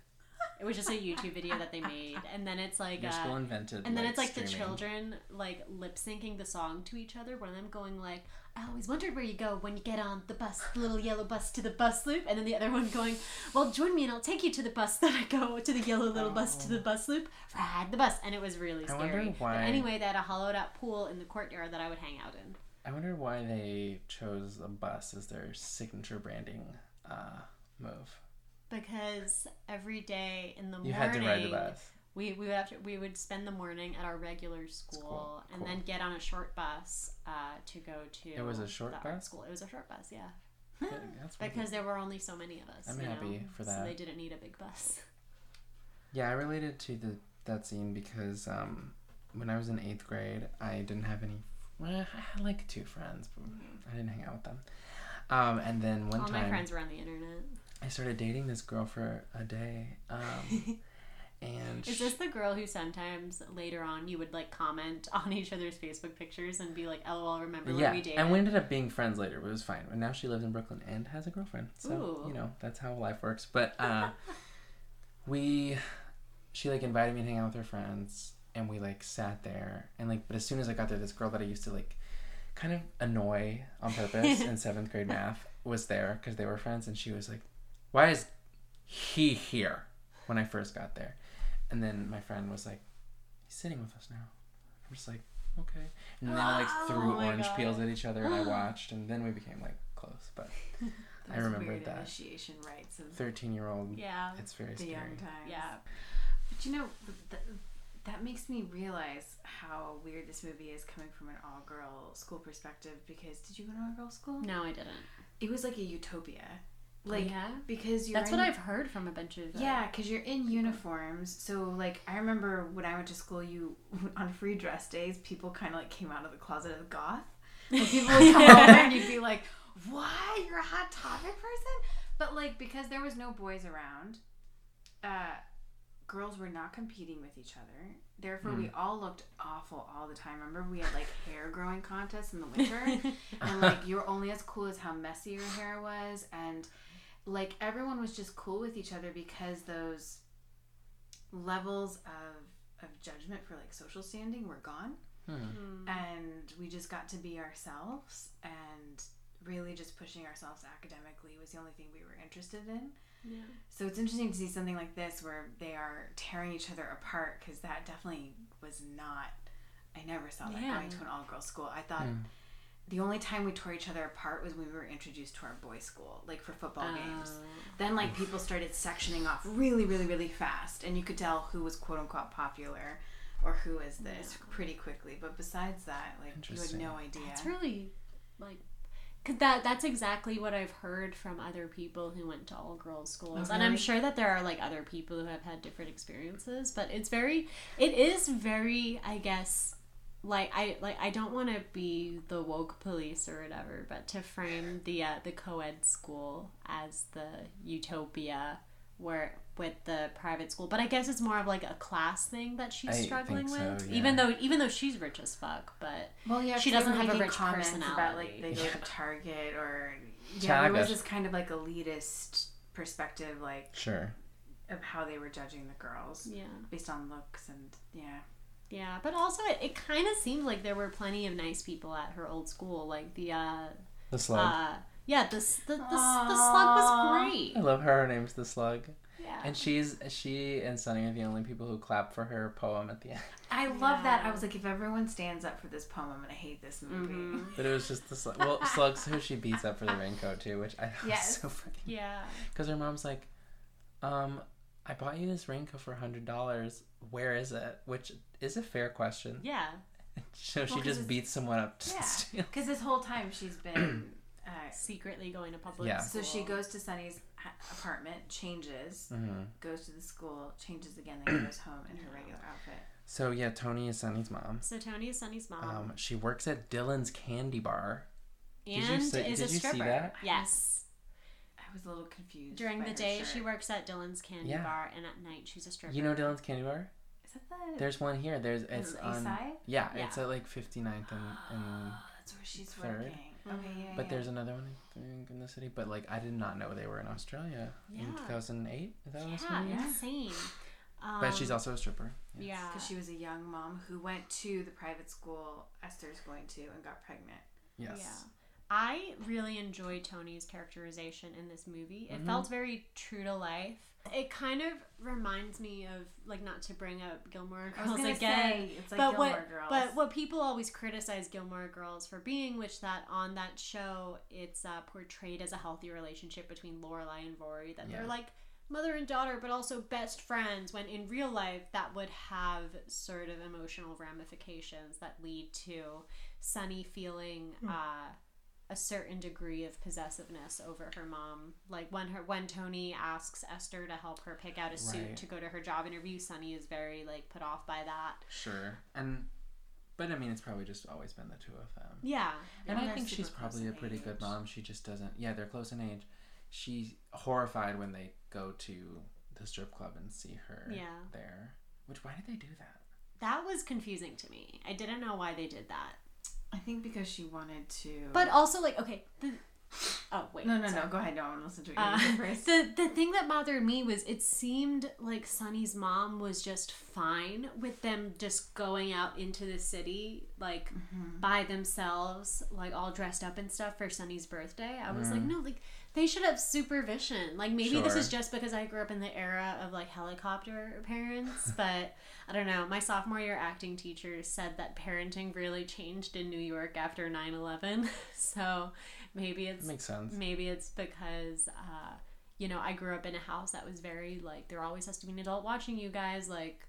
[SPEAKER 2] It was just a YouTube video that they made, and then it's like
[SPEAKER 1] Your
[SPEAKER 2] uh,
[SPEAKER 1] school invented.
[SPEAKER 2] And then
[SPEAKER 1] like,
[SPEAKER 2] it's like the
[SPEAKER 1] streaming.
[SPEAKER 2] children like lip syncing the song to each other. One of them going like, "I always wondered where you go when you get on the bus, the little yellow bus to the bus loop," and then the other one going, "Well, join me and I'll take you to the bus that I go to the yellow little bus to the bus loop, ride the bus," and it was really
[SPEAKER 1] Oh. I wonder
[SPEAKER 2] scary.
[SPEAKER 1] why-
[SPEAKER 2] But anyway, they had a hollowed out pool in the courtyard that I would hang out in.
[SPEAKER 1] I wonder why they chose a bus as their signature branding uh, move.
[SPEAKER 2] Because every day in the
[SPEAKER 1] You
[SPEAKER 2] morning,
[SPEAKER 1] had to ride the bus.
[SPEAKER 2] We, we would have to, we would spend the morning at our regular school,
[SPEAKER 1] School,
[SPEAKER 2] and
[SPEAKER 1] cool.
[SPEAKER 2] then get on a short bus uh, to go to.
[SPEAKER 1] It was a short
[SPEAKER 2] the art
[SPEAKER 1] bus?
[SPEAKER 2] School. It was a short bus, yeah.
[SPEAKER 1] Good, That's really-
[SPEAKER 2] Because there were only so many of us.
[SPEAKER 1] I'm
[SPEAKER 2] you
[SPEAKER 1] happy
[SPEAKER 2] know?
[SPEAKER 1] for
[SPEAKER 2] So
[SPEAKER 1] that.
[SPEAKER 2] they didn't need a big bus.
[SPEAKER 1] Yeah, I related to the that scene because um, when I was in eighth grade, I didn't have any. Well, I had like two friends, but I didn't hang out with them. Um, and then one
[SPEAKER 2] All
[SPEAKER 1] time,
[SPEAKER 2] my friends were on the internet.
[SPEAKER 1] I started dating this girl for a day, um, and
[SPEAKER 2] Is
[SPEAKER 1] she-
[SPEAKER 2] this the girl who sometimes later on you would like comment on each other's Facebook pictures and be like, "LOL, remember
[SPEAKER 1] yeah,
[SPEAKER 2] when we dated?"
[SPEAKER 1] and we ended up being friends later. But it was fine. And now she lives in Brooklyn and has a girlfriend. So
[SPEAKER 2] Ooh.
[SPEAKER 1] you know that's how life works. But uh, we, she like invited me to hang out with her friends, and we like sat there and like. But as soon as I got there, this girl that I used to like, kind of annoy on purpose in seventh grade math was there because they were friends, and she was like, "Why is he here?" When I first got there, and then my friend was like, "He's sitting with us now." I'm just like, "Okay." And then I like threw
[SPEAKER 2] Oh my
[SPEAKER 1] orange
[SPEAKER 2] God.
[SPEAKER 1] peels at each other, and I watched, and then we became like close. But I
[SPEAKER 3] Those
[SPEAKER 1] remembered
[SPEAKER 3] weird
[SPEAKER 1] that.
[SPEAKER 3] initiation rites of
[SPEAKER 1] thirteen-year-old,
[SPEAKER 2] yeah,
[SPEAKER 1] it's very
[SPEAKER 3] the
[SPEAKER 1] scary.
[SPEAKER 3] young times.
[SPEAKER 2] yeah.
[SPEAKER 3] But you know, th- that makes me realize how weird this movie is coming from an all girl school perspective because did you go to all girl school?
[SPEAKER 2] No, I didn't.
[SPEAKER 3] It was like a utopia. Like,
[SPEAKER 2] Yeah?
[SPEAKER 3] because you're.
[SPEAKER 2] That's
[SPEAKER 3] in,
[SPEAKER 2] what I've heard from a bunch of uh,
[SPEAKER 3] Yeah, because you're in uniforms. So, like, I remember when I went to school, you, on free dress days, people kind of like came out of the closet of goth. Like, people would come over and you'd be like, what? You're a hot topic person? But, like, because there was no boys around, uh, girls were not competing with each other. Therefore, we all looked awful all the time. Remember, we had like hair growing contests in the winter, and like you were only as cool as how messy your hair was, and like everyone was just cool with each other because those levels of of judgment for like social standing were gone, and we just got to be ourselves and really just pushing ourselves academically was the only thing we were interested in.
[SPEAKER 2] yeah.
[SPEAKER 3] So it's interesting to see something like this where they are tearing each other apart because that definitely was not. I never saw that
[SPEAKER 2] Yeah.
[SPEAKER 3] going to an all girls school. I thought the only time we tore each other apart was when we were introduced to our boys' school, like for football
[SPEAKER 2] Oh.
[SPEAKER 3] games.
[SPEAKER 2] Uh,
[SPEAKER 3] Then, like, people started sectioning off really, really, really fast, and you could tell who was quote unquote popular or who is this pretty quickly. But besides that, like, you had
[SPEAKER 1] Interesting.
[SPEAKER 3] no idea.
[SPEAKER 2] It's really like 'cause that that's exactly what I've heard from other people who went to all girls schools. And
[SPEAKER 1] Uh-huh.
[SPEAKER 2] I'm sure that there are like other people who have had different experiences, but it's very it is very, I guess, like I like I don't want to be the woke police or whatever, but to frame the uh, the co-ed school as the utopia where with the private school, but I guess it's more of like a class thing that she's
[SPEAKER 1] I
[SPEAKER 2] struggling
[SPEAKER 1] think so,
[SPEAKER 2] with.
[SPEAKER 1] yeah.
[SPEAKER 2] Even though even though she's rich as fuck, but
[SPEAKER 3] Well, yeah,
[SPEAKER 2] She
[SPEAKER 3] 'cause
[SPEAKER 2] doesn't
[SPEAKER 3] they were
[SPEAKER 2] have a
[SPEAKER 3] making
[SPEAKER 2] rich
[SPEAKER 3] comments About like
[SPEAKER 2] personality.
[SPEAKER 3] they go to Target or yeah, there was
[SPEAKER 1] Target.
[SPEAKER 3] this kind of like elitist perspective, like
[SPEAKER 1] Sure.
[SPEAKER 3] of how they were judging the girls
[SPEAKER 2] yeah.
[SPEAKER 3] based on looks and yeah.
[SPEAKER 2] Yeah, but also it, it kind of seemed like there were plenty of nice people at her old school. Like the, uh,
[SPEAKER 1] The slug.
[SPEAKER 2] uh yeah, the, s- the, the, s- the slug was
[SPEAKER 1] I
[SPEAKER 2] great.
[SPEAKER 1] love her. Her name's the slug,
[SPEAKER 2] Yeah.
[SPEAKER 1] and she's she and Sunny are the only people who clap for her poem at the end.
[SPEAKER 3] I love that. I was like, if everyone stands up for this poem, I'm gonna hate this movie.
[SPEAKER 1] But it was just the slug. Well, slug's who she beats up for the raincoat too, which I thought
[SPEAKER 3] Yes.
[SPEAKER 1] was so funny.
[SPEAKER 2] yeah.
[SPEAKER 1] Because her mom's like, um, I bought you this raincoat for hundred dollars. Where is it? Which is a fair question.
[SPEAKER 2] Yeah.
[SPEAKER 1] So she
[SPEAKER 3] 'cause
[SPEAKER 1] just
[SPEAKER 3] it's-
[SPEAKER 1] beats someone up to
[SPEAKER 3] Yeah,
[SPEAKER 1] steal.
[SPEAKER 3] because this whole time she's been. Uh,
[SPEAKER 2] Secretly going to public
[SPEAKER 1] Yeah.
[SPEAKER 2] school.
[SPEAKER 3] so she goes to Sunny's ha- apartment, changes,
[SPEAKER 1] Mhm.
[SPEAKER 3] goes to the school, changes again, then goes home in her regular outfit.
[SPEAKER 1] So yeah, Tony is Sunny's mom.
[SPEAKER 2] So Tony is Sunny's mom
[SPEAKER 1] Um, she works at Dylan's Candy Bar. did you
[SPEAKER 2] and
[SPEAKER 1] say-
[SPEAKER 2] is
[SPEAKER 1] did
[SPEAKER 2] a
[SPEAKER 1] you see
[SPEAKER 2] stripper.
[SPEAKER 1] that?
[SPEAKER 2] Yes.
[SPEAKER 3] I was a little confused.
[SPEAKER 2] During
[SPEAKER 3] by
[SPEAKER 2] the
[SPEAKER 3] her
[SPEAKER 2] day,
[SPEAKER 3] shirt.
[SPEAKER 2] she works at Dylan's Candy
[SPEAKER 1] Yeah.
[SPEAKER 2] Bar, and at night, she's a stripper.
[SPEAKER 1] You know Dylan's Candy Bar?
[SPEAKER 3] Is that the?
[SPEAKER 1] There's one here. There's it's
[SPEAKER 3] East
[SPEAKER 1] on
[SPEAKER 3] Side?
[SPEAKER 1] yeah,
[SPEAKER 2] Yeah.
[SPEAKER 1] it's at like 59th and, and
[SPEAKER 3] Oh, that's where she's
[SPEAKER 1] Third.
[SPEAKER 3] working. Okay,
[SPEAKER 2] Mm-hmm.
[SPEAKER 3] yeah.
[SPEAKER 1] but
[SPEAKER 3] yeah.
[SPEAKER 1] there's another one I think in the city. But like I did not know they were in Australia in
[SPEAKER 2] Yeah.
[SPEAKER 1] 2008. Is that what it's
[SPEAKER 2] yeah,
[SPEAKER 1] called?
[SPEAKER 3] Yeah.
[SPEAKER 2] insane. Um,
[SPEAKER 1] But she's also a stripper.
[SPEAKER 2] yeah.
[SPEAKER 3] because she was a young mom who went to the private school Esther's going to and got pregnant.
[SPEAKER 1] Yes.
[SPEAKER 2] Yeah. I really enjoyed Tony's characterization in this movie. It
[SPEAKER 1] Mhm.
[SPEAKER 2] felt very true to life. It kind of reminds me of like not to bring up Gilmore
[SPEAKER 3] I was
[SPEAKER 2] Girls
[SPEAKER 3] gonna
[SPEAKER 2] again.
[SPEAKER 3] say, it's like
[SPEAKER 2] but
[SPEAKER 3] Gilmore
[SPEAKER 2] what
[SPEAKER 3] Girls.
[SPEAKER 2] but what people always criticize Gilmore Girls for being, which that on that show it's uh, portrayed as a healthy relationship between Lorelai and Rory, that
[SPEAKER 1] Yeah.
[SPEAKER 2] they're like mother and daughter, but also best friends. When in real life, that would have sort of emotional ramifications that lead to Sunny feeling.
[SPEAKER 1] Hmm.
[SPEAKER 2] Uh, a certain degree of possessiveness over her mom. Like when her when Tony asks Esther to help her pick out a
[SPEAKER 1] Right.
[SPEAKER 2] suit to go to her job interview, Sunny is very like put off by that.
[SPEAKER 1] Sure. And but I mean it's probably just always been the two of them.
[SPEAKER 2] Yeah.
[SPEAKER 1] And
[SPEAKER 3] Yeah,
[SPEAKER 1] I
[SPEAKER 3] they're
[SPEAKER 1] think
[SPEAKER 3] super
[SPEAKER 1] she's
[SPEAKER 3] close
[SPEAKER 1] probably a
[SPEAKER 3] in
[SPEAKER 1] pretty good
[SPEAKER 3] age.
[SPEAKER 1] mom. She just doesn't. Yeah, they're close in age. She's horrified when they go to the strip club and see her
[SPEAKER 2] Yeah.
[SPEAKER 1] there. Which why did they do that?
[SPEAKER 2] That was confusing to me. I didn't know why they did that.
[SPEAKER 3] I think because she wanted to.
[SPEAKER 2] But also like okay, the Oh wait.
[SPEAKER 3] no, no,
[SPEAKER 2] sorry.
[SPEAKER 3] no. Go ahead. No, I want to listen to what you
[SPEAKER 2] Uh,
[SPEAKER 3] have to say first.
[SPEAKER 2] the the thing that bothered me was it seemed like Sunny's mom was just fine with them just going out into the city like by themselves, like all dressed up and stuff for Sunny's birthday. I was like, no, like they should have supervision. Like maybe this is
[SPEAKER 1] Sure.
[SPEAKER 2] just because I grew up in the era of like helicopter parents, but I don't know. My sophomore year acting teacher said that parenting really changed in New York after 9/11. So maybe it's
[SPEAKER 1] That makes sense.
[SPEAKER 2] Maybe it's because, uh, you know, I grew up in a house that was very like, there always has to be an adult watching you guys, like,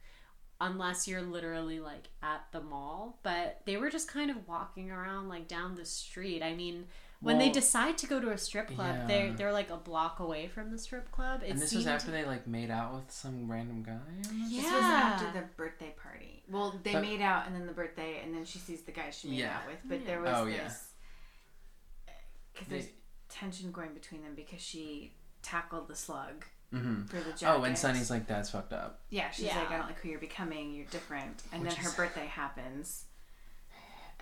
[SPEAKER 2] unless you're literally like at the mall. But they were just kind of walking around like down the street. I mean, when they
[SPEAKER 1] Well-
[SPEAKER 2] decide to go to a strip club,
[SPEAKER 1] Yeah.
[SPEAKER 2] they're they're like a block away from the strip club. It
[SPEAKER 1] and this was
[SPEAKER 2] seemed-
[SPEAKER 1] after they like made out with some random guy.
[SPEAKER 3] This was
[SPEAKER 2] Yeah.
[SPEAKER 3] after the birthday party. Well, they
[SPEAKER 1] But-
[SPEAKER 3] made out, and then the birthday, and then she sees the guy she made
[SPEAKER 1] Yeah.
[SPEAKER 3] out with. But
[SPEAKER 2] Yeah.
[SPEAKER 3] there was
[SPEAKER 1] Oh, yeah.
[SPEAKER 3] this because
[SPEAKER 1] They-
[SPEAKER 3] there's tension going between them because she tackled the slug
[SPEAKER 1] hmm
[SPEAKER 3] for the jacket.
[SPEAKER 1] Oh, and Sunny's like, "That's fucked up."
[SPEAKER 3] yeah, she's like,
[SPEAKER 2] Yeah.
[SPEAKER 3] I don't like who you're becoming. You're different. And
[SPEAKER 1] Which
[SPEAKER 3] then her
[SPEAKER 1] is-
[SPEAKER 3] birthday happens.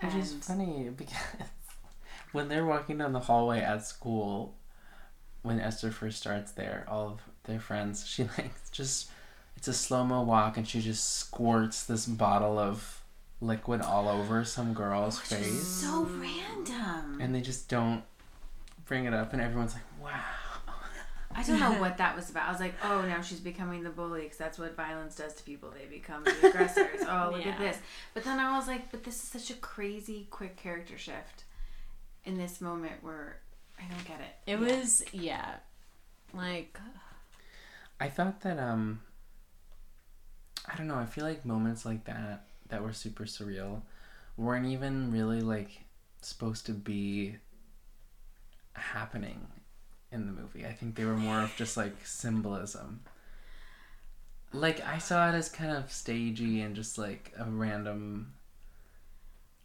[SPEAKER 1] Which is
[SPEAKER 3] And-
[SPEAKER 1] funny because when they're walking down the hallway at school, when Esther first starts there, all of their friends, she like just it's a slow mo walk and she just squirts this bottle of liquid all over some girl's
[SPEAKER 3] Which is
[SPEAKER 1] face,
[SPEAKER 3] so random.
[SPEAKER 1] and they just don't bring it up, and everyone's like, "Wow."
[SPEAKER 3] I don't know what that was about. I was like, oh, now she's becoming the bully because that's what violence does to people. They become the aggressors. Oh, look
[SPEAKER 2] Yeah.
[SPEAKER 3] at this. But then I was like, but this is such a crazy, quick character shift in this moment where I don't get it.
[SPEAKER 2] It was yeah, like
[SPEAKER 1] I thought that um I don't know, I feel like moments like that that were super surreal weren't even really like supposed to be happening in the movie. I think they were more of just like symbolism. Like I saw it as kind of stagey and just like a random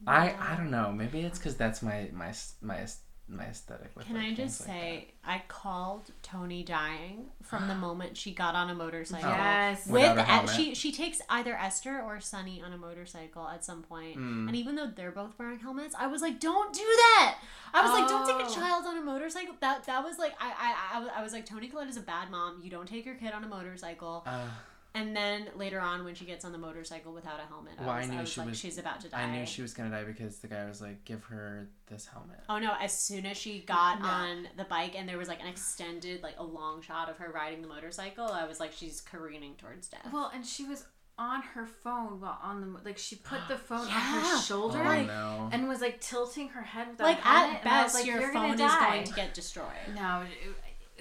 [SPEAKER 1] I I don't know. Maybe it's cuz that's my my s- my s- my aesthetic with
[SPEAKER 2] Can
[SPEAKER 1] like,
[SPEAKER 2] I
[SPEAKER 1] things like
[SPEAKER 2] just say I called Tony dying from the moment she got on a motorcycle.
[SPEAKER 3] Yes.
[SPEAKER 1] Oh,
[SPEAKER 2] With
[SPEAKER 1] Without a
[SPEAKER 2] uh,
[SPEAKER 1] helmet.
[SPEAKER 2] she she takes either Esther or Sunny on a motorcycle at some point.
[SPEAKER 1] Mm.
[SPEAKER 2] And even though they're both wearing helmets, I was like, "Don't do that." I was like, "Don't take a
[SPEAKER 3] Oh.
[SPEAKER 2] child on a motorcycle." That that was like I I- I was- I was like, "Tony Collette is a bad mom. You don't take your kid on a motorcycle."
[SPEAKER 1] that. Uh,
[SPEAKER 2] And then later on when she gets on the motorcycle without a helmet, I
[SPEAKER 1] Well, I
[SPEAKER 2] was, I
[SPEAKER 1] knew
[SPEAKER 2] was
[SPEAKER 1] she
[SPEAKER 2] like,
[SPEAKER 1] was-
[SPEAKER 2] "She's about to die."
[SPEAKER 1] I knew she was gonna die because the guy was like, "Give her this helmet."
[SPEAKER 2] Oh no, as soon as she got
[SPEAKER 3] No.
[SPEAKER 2] on the bike and there was like an extended, like a long shot of her riding the motorcycle, I was like, she's careening towards death.
[SPEAKER 3] Well, and she was on her phone while on the, mo- like, she put the phone on
[SPEAKER 2] Yeah.
[SPEAKER 3] her shoulder
[SPEAKER 1] Oh
[SPEAKER 2] Like-
[SPEAKER 1] no!
[SPEAKER 3] and was like tilting her head without
[SPEAKER 2] like
[SPEAKER 3] a helmet,
[SPEAKER 2] at
[SPEAKER 3] and I was
[SPEAKER 2] best,
[SPEAKER 3] like,
[SPEAKER 2] your
[SPEAKER 3] "You're
[SPEAKER 2] phone
[SPEAKER 3] gonna
[SPEAKER 2] is
[SPEAKER 3] die."
[SPEAKER 2] going to get destroyed.
[SPEAKER 3] No. it-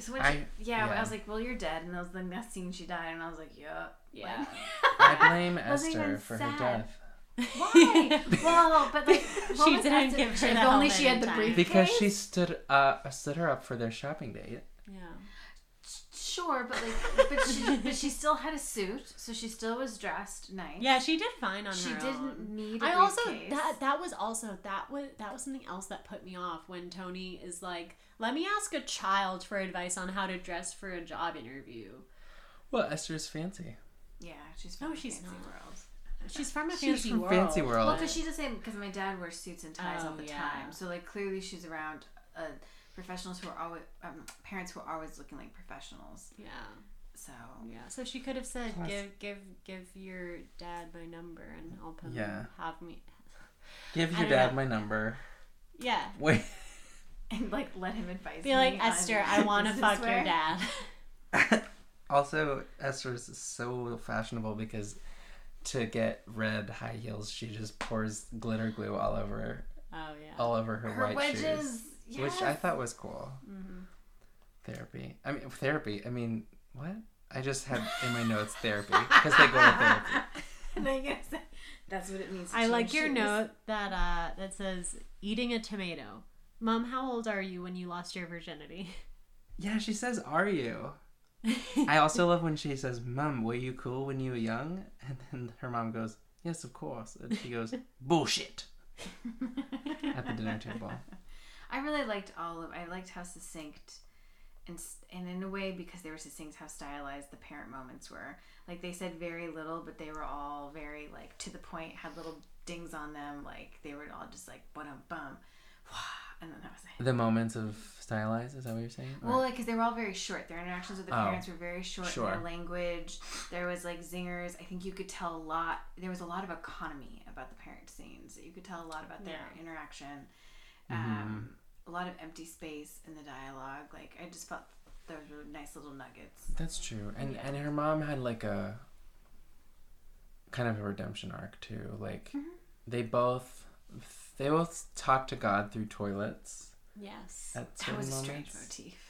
[SPEAKER 3] So when she,
[SPEAKER 1] I-
[SPEAKER 3] yeah,
[SPEAKER 1] yeah.
[SPEAKER 3] I was like, well, you're dead. And that was the next scene she died. And I was like, yup.
[SPEAKER 2] Yeah.
[SPEAKER 1] I blame
[SPEAKER 3] Wasn't
[SPEAKER 1] Esther
[SPEAKER 3] even
[SPEAKER 1] for her
[SPEAKER 3] sad.
[SPEAKER 1] death
[SPEAKER 3] Why? Oh, well, but like what
[SPEAKER 2] She
[SPEAKER 3] was
[SPEAKER 2] didn't
[SPEAKER 3] that-
[SPEAKER 2] give her
[SPEAKER 3] If
[SPEAKER 2] the
[SPEAKER 3] only
[SPEAKER 2] helmet
[SPEAKER 3] she had
[SPEAKER 2] in
[SPEAKER 3] the
[SPEAKER 2] time.
[SPEAKER 3] briefcase.
[SPEAKER 1] because she stood uh stood her up for their shopping date.
[SPEAKER 2] yeah.
[SPEAKER 3] sure, but like, but she, but she still had a suit, so she still was dressed nice.
[SPEAKER 2] Yeah, she did fine on
[SPEAKER 3] she
[SPEAKER 2] her
[SPEAKER 3] didn't
[SPEAKER 2] own.
[SPEAKER 3] need. I
[SPEAKER 2] I also that that was also that was that was something else that put me off when Tony is like, "Let me ask a child for advice on how to dress for a job interview."
[SPEAKER 1] Well, Esther's fancy.
[SPEAKER 3] Yeah, she's
[SPEAKER 2] No,
[SPEAKER 3] from
[SPEAKER 2] she's
[SPEAKER 3] fancy
[SPEAKER 2] not.
[SPEAKER 3] world.
[SPEAKER 2] She's from a
[SPEAKER 1] She's
[SPEAKER 2] fancy
[SPEAKER 1] from
[SPEAKER 2] world.
[SPEAKER 1] fancy world.
[SPEAKER 3] Well, because she's the same. Because my dad wears suits and ties all
[SPEAKER 2] Oh,
[SPEAKER 3] the
[SPEAKER 2] yeah.
[SPEAKER 3] time, so like clearly she's around uh, professionals who are always um, parents who are always looking like professionals.
[SPEAKER 2] Yeah,
[SPEAKER 3] So
[SPEAKER 2] yeah. So she could have said,
[SPEAKER 1] Plus-
[SPEAKER 2] "Give, give, give your dad my number, and I'll put
[SPEAKER 1] Yeah.
[SPEAKER 2] have me."
[SPEAKER 1] Give
[SPEAKER 2] I
[SPEAKER 1] your
[SPEAKER 2] don't
[SPEAKER 1] dad
[SPEAKER 2] know.
[SPEAKER 1] my number.
[SPEAKER 2] Yeah,
[SPEAKER 1] Wait.
[SPEAKER 3] and like let him advise.
[SPEAKER 2] be like
[SPEAKER 3] me on-
[SPEAKER 2] Esther. I want to
[SPEAKER 3] this is
[SPEAKER 2] fuck
[SPEAKER 3] where-
[SPEAKER 2] your dad.
[SPEAKER 1] also, Esther's is so fashionable because to get red high heels, she just pours glitter glue all over
[SPEAKER 2] Oh yeah.
[SPEAKER 1] all over her,
[SPEAKER 3] Her
[SPEAKER 1] white shoes,
[SPEAKER 3] wedges. Yes.
[SPEAKER 1] which I thought was cool.
[SPEAKER 2] Mhm.
[SPEAKER 1] Therapy. I mean, therapy. I mean, what? I just had in my notes therapy because they go to therapy.
[SPEAKER 3] and I guess that's what it means. to
[SPEAKER 2] I like
[SPEAKER 3] change
[SPEAKER 2] your
[SPEAKER 3] shoes.
[SPEAKER 2] note that uh, that says eating a tomato. Mom, how old are you when you lost your virginity?
[SPEAKER 1] Yeah, she says, "Are you?" I also love when she says, "Mom, were you cool when you were young?" And then her mom goes, "Yes, of course." And she goes, "Bullshit." At the dinner table.
[SPEAKER 3] I really liked all of. I liked how succinct, and s- and in a way because they were succinct, how stylized the parent moments were. Like they said very little, but they were all very like to the point. Had little dings on them. Like they were all just like bum bum, and then that was it.
[SPEAKER 1] The moments of stylized. Is that what you're saying? Or-
[SPEAKER 3] Well, like because they were all very short. Their interactions with the
[SPEAKER 1] Oh.
[SPEAKER 3] parents were very short. in
[SPEAKER 1] Sure.
[SPEAKER 3] Their language. There was like zingers. I think you could tell a lot. There was a lot of economy about the parent scenes. You could tell a lot about their
[SPEAKER 2] Yeah.
[SPEAKER 3] interaction.
[SPEAKER 1] Mm-hmm.
[SPEAKER 3] Um, A lot of empty space in the dialogue. Like I just felt those were nice little nuggets.
[SPEAKER 1] That's true. And and her mom had like a kind of a redemption arc too. Like
[SPEAKER 3] Mm-hmm.
[SPEAKER 1] they both they both talk to God through toilets
[SPEAKER 2] Yes.
[SPEAKER 1] at
[SPEAKER 3] That
[SPEAKER 1] certain
[SPEAKER 3] was a
[SPEAKER 1] moments.
[SPEAKER 3] strange motif.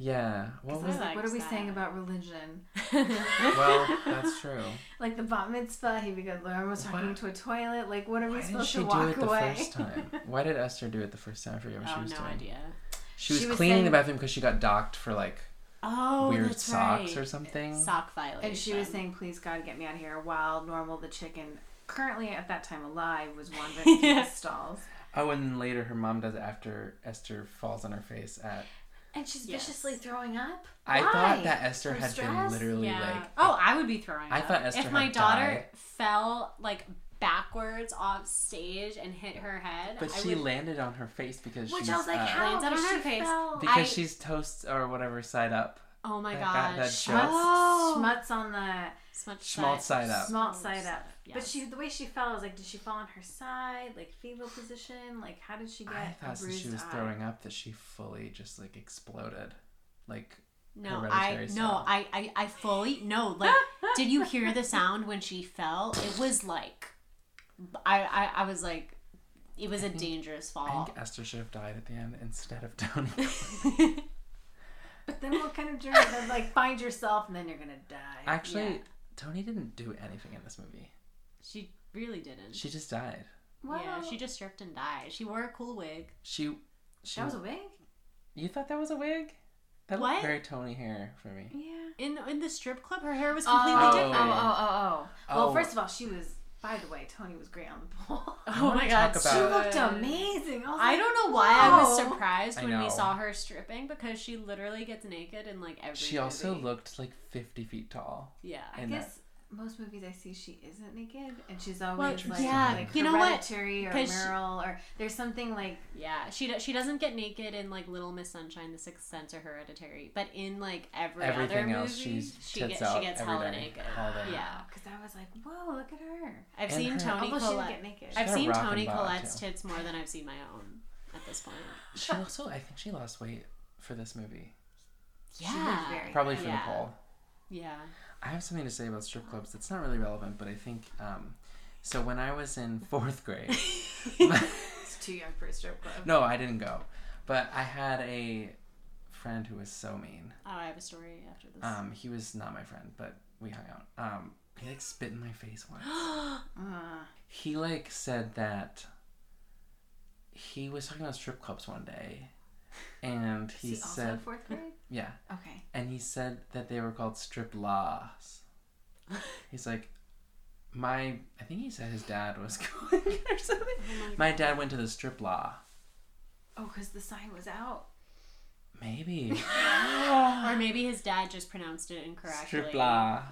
[SPEAKER 1] Yeah.
[SPEAKER 3] 'Cause
[SPEAKER 1] What
[SPEAKER 3] I
[SPEAKER 1] was
[SPEAKER 3] was like, what
[SPEAKER 2] liked
[SPEAKER 3] are we saying
[SPEAKER 2] that.
[SPEAKER 3] about religion?
[SPEAKER 1] well, that's true.
[SPEAKER 3] Like the bat mitzvah, he began Lauren was talking
[SPEAKER 1] What?
[SPEAKER 3] to a toilet. Like what are we
[SPEAKER 1] Why did
[SPEAKER 3] supposed
[SPEAKER 1] she
[SPEAKER 3] to
[SPEAKER 1] do
[SPEAKER 3] walk
[SPEAKER 1] it the
[SPEAKER 3] away?
[SPEAKER 1] first time? Why did Esther do it the first time? I forget what
[SPEAKER 2] oh,
[SPEAKER 1] she
[SPEAKER 2] no
[SPEAKER 1] was doing.
[SPEAKER 2] idea.
[SPEAKER 1] She was
[SPEAKER 3] She was
[SPEAKER 1] cleaning the
[SPEAKER 3] saying-
[SPEAKER 1] bathroom because she got docked for like
[SPEAKER 2] Oh,
[SPEAKER 1] weird
[SPEAKER 2] that's
[SPEAKER 1] socks
[SPEAKER 2] right.
[SPEAKER 1] or something.
[SPEAKER 2] sock violation.
[SPEAKER 3] And she was saying, "Please God, get me out of here." While normal, the chicken, currently at that time alive, was wandering through the stalls,
[SPEAKER 1] Oh, and then later her mom does it after Esther falls on her face at.
[SPEAKER 3] and she's
[SPEAKER 2] Yes.
[SPEAKER 3] viciously throwing up.
[SPEAKER 1] I
[SPEAKER 3] Why?
[SPEAKER 1] thought that Esther
[SPEAKER 3] From
[SPEAKER 1] had
[SPEAKER 3] stress?
[SPEAKER 1] been literally
[SPEAKER 2] yeah.
[SPEAKER 1] like
[SPEAKER 2] oh, I would be throwing.
[SPEAKER 1] I
[SPEAKER 2] up.
[SPEAKER 1] thought Esther
[SPEAKER 2] if my
[SPEAKER 1] had
[SPEAKER 2] daughter
[SPEAKER 1] died.
[SPEAKER 2] fell like backwards off stage and hit her head,
[SPEAKER 1] But
[SPEAKER 2] I
[SPEAKER 1] she
[SPEAKER 2] would,
[SPEAKER 1] landed on her face because
[SPEAKER 3] Which
[SPEAKER 1] she's
[SPEAKER 3] I was like,
[SPEAKER 1] uh,
[SPEAKER 3] "How
[SPEAKER 2] Lands on
[SPEAKER 3] Because
[SPEAKER 2] her
[SPEAKER 3] she
[SPEAKER 2] face.
[SPEAKER 3] fell.
[SPEAKER 1] because
[SPEAKER 2] I-
[SPEAKER 1] she's toast or whatever side up.
[SPEAKER 2] oh my
[SPEAKER 1] that got- that
[SPEAKER 2] gosh,
[SPEAKER 1] joke.
[SPEAKER 3] Smuts,
[SPEAKER 2] Oh.
[SPEAKER 3] smuts on the
[SPEAKER 2] smut
[SPEAKER 1] Small side up.
[SPEAKER 3] small
[SPEAKER 2] Smuts.
[SPEAKER 3] side up. But
[SPEAKER 2] Yes.
[SPEAKER 3] she, the way she fell, I was like, did she fall on her side, like fetal position? Like, how did she get?
[SPEAKER 1] I
[SPEAKER 3] a
[SPEAKER 1] thought since
[SPEAKER 3] bruised
[SPEAKER 1] she was
[SPEAKER 3] eye?
[SPEAKER 1] throwing up that she fully just like exploded. Like
[SPEAKER 2] No, I
[SPEAKER 1] hereditary
[SPEAKER 2] no,
[SPEAKER 1] sound.
[SPEAKER 2] I, I I fully no. Like, did you hear the sound when she fell? It was like, I I, I was like, it was a dangerous
[SPEAKER 1] Mm-hmm. I
[SPEAKER 2] fall.
[SPEAKER 1] think Esther should have died at the end instead of Tony.
[SPEAKER 3] But then what kind of journey? then like find yourself, and then you're gonna die.
[SPEAKER 1] Actually,
[SPEAKER 2] Yeah.
[SPEAKER 1] Tony didn't do anything in this movie.
[SPEAKER 2] she really didn't.
[SPEAKER 1] She just died.
[SPEAKER 3] well,
[SPEAKER 2] yeah, she just stripped and died. She wore a cool wig.
[SPEAKER 1] She she
[SPEAKER 3] that was a wig.
[SPEAKER 1] You thought that was a wig? That
[SPEAKER 2] What?
[SPEAKER 1] looked very Tony hair for me.
[SPEAKER 3] Yeah.
[SPEAKER 2] In in the strip club, her hair was completely
[SPEAKER 3] Oh,
[SPEAKER 2] different.
[SPEAKER 3] oh, oh, oh, oh. Well,
[SPEAKER 1] Oh.
[SPEAKER 3] first of all, she was. By the way, Tony was great on the pole.
[SPEAKER 2] Oh
[SPEAKER 1] talk
[SPEAKER 2] my god,
[SPEAKER 1] about-
[SPEAKER 3] she
[SPEAKER 1] Good.
[SPEAKER 3] looked amazing. Oh. I, was
[SPEAKER 2] I
[SPEAKER 3] like,
[SPEAKER 2] don't know why I was
[SPEAKER 3] "Whoa."
[SPEAKER 2] surprised
[SPEAKER 1] I
[SPEAKER 2] when we
[SPEAKER 1] know.
[SPEAKER 2] saw her stripping because she literally gets naked in like every.
[SPEAKER 1] She also
[SPEAKER 2] movie.
[SPEAKER 1] looked like 50 feet tall.
[SPEAKER 2] Yeah.
[SPEAKER 3] I
[SPEAKER 1] in that-
[SPEAKER 3] guess most movies I see, she isn't naked, and she's always like,
[SPEAKER 1] Interesting.
[SPEAKER 3] yeah,
[SPEAKER 1] yeah,
[SPEAKER 3] like
[SPEAKER 2] you know what?
[SPEAKER 3] Hereditary or
[SPEAKER 2] Because she-
[SPEAKER 3] Meryl or there's something like
[SPEAKER 2] Yeah, she do- she doesn't get naked in like Little Miss Sunshine, The Sixth Sense, or Hereditary, but in like every
[SPEAKER 1] Everything
[SPEAKER 2] other
[SPEAKER 1] else,
[SPEAKER 2] movie,
[SPEAKER 1] she's
[SPEAKER 2] she
[SPEAKER 1] tits
[SPEAKER 2] gets
[SPEAKER 1] out
[SPEAKER 2] she gets
[SPEAKER 1] every
[SPEAKER 2] hella
[SPEAKER 1] day,
[SPEAKER 2] naked.
[SPEAKER 1] all day.
[SPEAKER 2] Yeah,
[SPEAKER 3] because I was like, whoa, look at her.
[SPEAKER 2] I've
[SPEAKER 1] And
[SPEAKER 2] seen
[SPEAKER 1] her-
[SPEAKER 2] Tony
[SPEAKER 3] Although she didn't
[SPEAKER 2] Collette.
[SPEAKER 3] get naked.
[SPEAKER 2] I've
[SPEAKER 1] got a
[SPEAKER 2] seen
[SPEAKER 1] rockin'
[SPEAKER 2] Tony
[SPEAKER 1] bod,
[SPEAKER 2] Collette's
[SPEAKER 1] too.
[SPEAKER 2] tits more than I've seen my own at this point.
[SPEAKER 1] She also, I think she lost weight for this movie.
[SPEAKER 2] Yeah,
[SPEAKER 3] very-
[SPEAKER 1] Probably for
[SPEAKER 2] Yeah.
[SPEAKER 1] Nicole.
[SPEAKER 2] yeah.
[SPEAKER 1] I have something to say about strip clubs. It's not really relevant, but I think. Um, so when I was in fourth grade,
[SPEAKER 3] It's too young for a strip club.
[SPEAKER 1] no, I didn't go, but I had a friend who was so mean.
[SPEAKER 2] Oh, I have a story after this.
[SPEAKER 1] Um, he was not my friend, but we hung out. Um, he like spit in my face once.
[SPEAKER 3] Uh,
[SPEAKER 1] he like said that he was talking about strip clubs one day and he
[SPEAKER 3] is he also
[SPEAKER 1] said
[SPEAKER 3] in fourth grade?
[SPEAKER 1] Yeah.
[SPEAKER 3] Okay.
[SPEAKER 1] And he said that they were called strip laws. He's like, my, I think he said his dad was going or something.
[SPEAKER 2] Oh
[SPEAKER 1] My dad went to the strip law.
[SPEAKER 3] Oh, because the sign was out.
[SPEAKER 1] Maybe.
[SPEAKER 2] Or maybe his dad just pronounced it incorrectly.
[SPEAKER 1] strip law.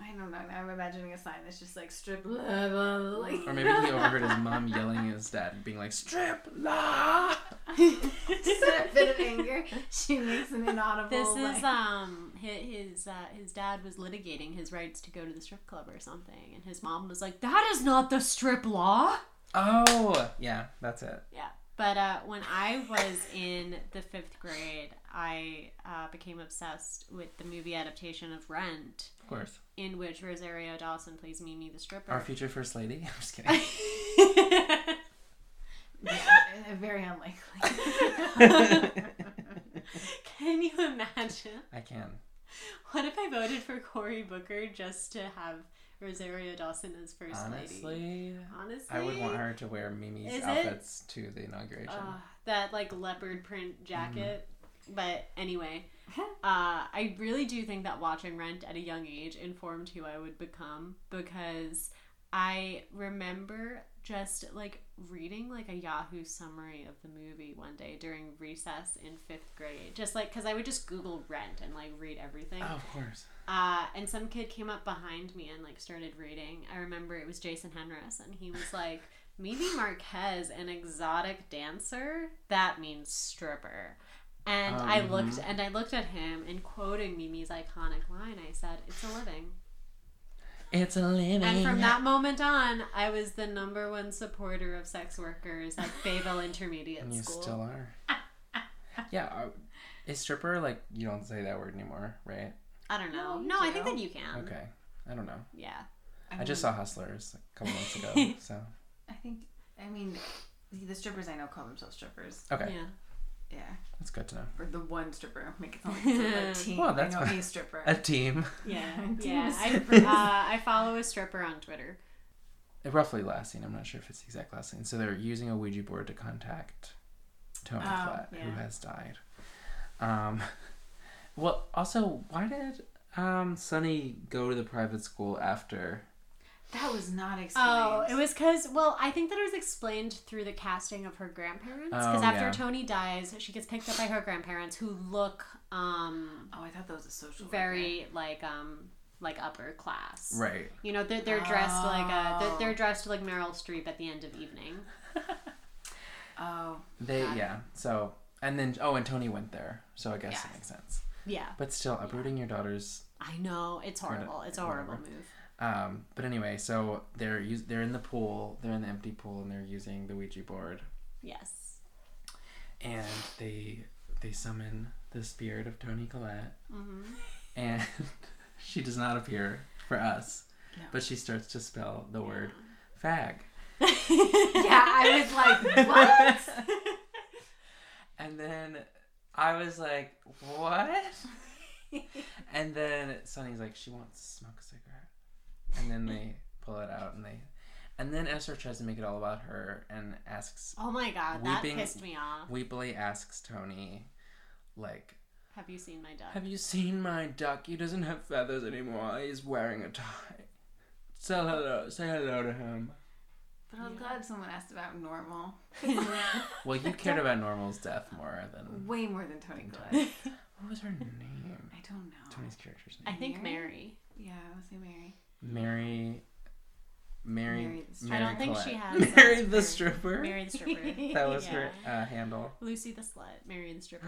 [SPEAKER 3] I don't know. Now I'm imagining a sign that's just like strip. Blah, blah, blah, like-
[SPEAKER 1] Or maybe he overheard his mom yelling at his dad and being like, strip law!
[SPEAKER 3] Just a bit of anger. She makes an inaudible.
[SPEAKER 2] This
[SPEAKER 3] like-
[SPEAKER 2] is um his his, uh, his dad was litigating his rights to go to the strip club or something, and his mom was like, "That is not the strip law."
[SPEAKER 1] Oh! Yeah, that's it.
[SPEAKER 2] Yeah. But uh, when I was in the fifth grade, I uh, became obsessed with the movie adaptation of Rent,
[SPEAKER 1] Of course.
[SPEAKER 2] in which Rosario Dawson plays Mimi the stripper.
[SPEAKER 1] Our future first lady? I'm just kidding.
[SPEAKER 3] Yeah, very unlikely.
[SPEAKER 2] Can you imagine?
[SPEAKER 1] I can.
[SPEAKER 2] What if I voted for Cory Booker just to have Rosario Dawson as first lady?
[SPEAKER 1] Honestly,
[SPEAKER 2] Honestly,
[SPEAKER 1] I would want her to wear Mimi's
[SPEAKER 2] Is it?
[SPEAKER 1] outfits to the inauguration.
[SPEAKER 2] Ugh, uh, that like leopard
[SPEAKER 1] Mm-hmm.
[SPEAKER 2] print jacket. But anyway, uh, I really do think that watching Rent at a young age informed who I would become because I remember just like reading like a Yahoo summary of the movie one day during recess in fifth grade. Just like because I would just Google Rent and like read everything.
[SPEAKER 1] oh, of course.
[SPEAKER 2] Uh, and some kid came up behind me and like started reading. I remember it was Jason Henris, and he was like, "Mimi Marquez, an exotic dancer, that means stripper." And I
[SPEAKER 1] Um,
[SPEAKER 2] looked and I looked at him, and quoting Mimi's iconic line, I said, "It's a living."
[SPEAKER 1] It's a living.
[SPEAKER 2] And from that moment on, I was the number one supporter of sex workers at Bayville Intermediate
[SPEAKER 1] And you
[SPEAKER 2] School.
[SPEAKER 1] still are. yeah, uh, is stripper like you don't say that word anymore, right?
[SPEAKER 2] I don't know.
[SPEAKER 3] No, you
[SPEAKER 2] No, I think
[SPEAKER 3] do.
[SPEAKER 2] that you can.
[SPEAKER 1] Okay, I don't know.
[SPEAKER 2] Yeah.
[SPEAKER 1] I just
[SPEAKER 2] um,
[SPEAKER 1] saw Hustlers a couple months ago, so
[SPEAKER 3] I think. I mean, the strippers I know call themselves strippers.
[SPEAKER 1] okay,
[SPEAKER 2] Yeah.
[SPEAKER 3] Yeah.
[SPEAKER 1] that's good to know.
[SPEAKER 3] Or the one stripper. Make it sound like it's a team.
[SPEAKER 1] Well, that's
[SPEAKER 3] I know
[SPEAKER 1] fine.
[SPEAKER 3] a stripper.
[SPEAKER 1] A team.
[SPEAKER 2] Yeah.
[SPEAKER 3] Team
[SPEAKER 2] yeah. I,
[SPEAKER 3] strippers.
[SPEAKER 2] uh, I follow a stripper on Twitter.
[SPEAKER 1] Roughly last scene. I'm not sure if it's the exact last scene. So they're using a Ouija board to contact Tony
[SPEAKER 3] Oh,
[SPEAKER 1] Flat, who
[SPEAKER 3] yeah.
[SPEAKER 1] has died. Um, well, also, why did um Sonny go to the private school after?
[SPEAKER 3] That was not explained.
[SPEAKER 2] Oh, it was because well, I think that it was explained through the casting of her grandparents. Because
[SPEAKER 1] Oh,
[SPEAKER 2] after
[SPEAKER 1] yeah.
[SPEAKER 2] Tony dies, she gets picked up by her grandparents, who look um
[SPEAKER 3] Oh, I thought that was a social. worker.
[SPEAKER 2] very like um like upper class.
[SPEAKER 1] Right.
[SPEAKER 2] You know they're, they're dressed like uh they're,
[SPEAKER 3] Oh.
[SPEAKER 2] they're dressed like Meryl Streep at the end of Evening.
[SPEAKER 3] Oh,
[SPEAKER 1] They
[SPEAKER 2] Got it.
[SPEAKER 1] yeah. So and then oh, and Tony went there. So I guess
[SPEAKER 2] Yeah.
[SPEAKER 1] it makes sense.
[SPEAKER 2] Yeah,
[SPEAKER 1] But still, uprooting your daughter's
[SPEAKER 2] I know it's horrible. It's a horrible
[SPEAKER 1] whatever.
[SPEAKER 2] move.
[SPEAKER 1] Um, but anyway, so they're us- they're in the pool, they're in the empty pool, and they're using the Ouija board,
[SPEAKER 2] Yes.
[SPEAKER 1] and they they summon the spirit of Tony Collette,
[SPEAKER 2] hmm
[SPEAKER 1] and she does not appear for us,
[SPEAKER 3] No.
[SPEAKER 1] but she starts to spell the word fag,
[SPEAKER 3] yeah. I was like, what?
[SPEAKER 1] and then I was like, what? and then Sonny's like, she wants to smoke a cigarette, and then they pull it out, and they, and then Esther tries to make it all about her and asks
[SPEAKER 2] Oh my god, that
[SPEAKER 1] Weeping-
[SPEAKER 2] pissed me off.
[SPEAKER 1] Weebly asks Tony, like,
[SPEAKER 2] Have you seen my duck?
[SPEAKER 1] have you seen my duck? He doesn't have feathers anymore. He's wearing a tie. Say hello, say hello to him.
[SPEAKER 3] But I'm glad someone asked about normal.
[SPEAKER 1] Well, you cared about Normal's death more than
[SPEAKER 3] Way more than Tony Collette.
[SPEAKER 1] what was her name?
[SPEAKER 3] I don't know.
[SPEAKER 1] Tony's character's
[SPEAKER 2] I
[SPEAKER 1] name.
[SPEAKER 2] think
[SPEAKER 3] Mary?
[SPEAKER 2] Mary.
[SPEAKER 3] Yeah, I would say Mary.
[SPEAKER 1] Mary. Mary.
[SPEAKER 3] Mary the
[SPEAKER 1] Mary
[SPEAKER 2] I don't think she
[SPEAKER 1] Collette.
[SPEAKER 2] has.
[SPEAKER 1] Mary the stripper.
[SPEAKER 2] Mary the stripper.
[SPEAKER 1] That was
[SPEAKER 2] Yeah.
[SPEAKER 1] her uh, handle.
[SPEAKER 2] Lucy the slut, Mary the stripper.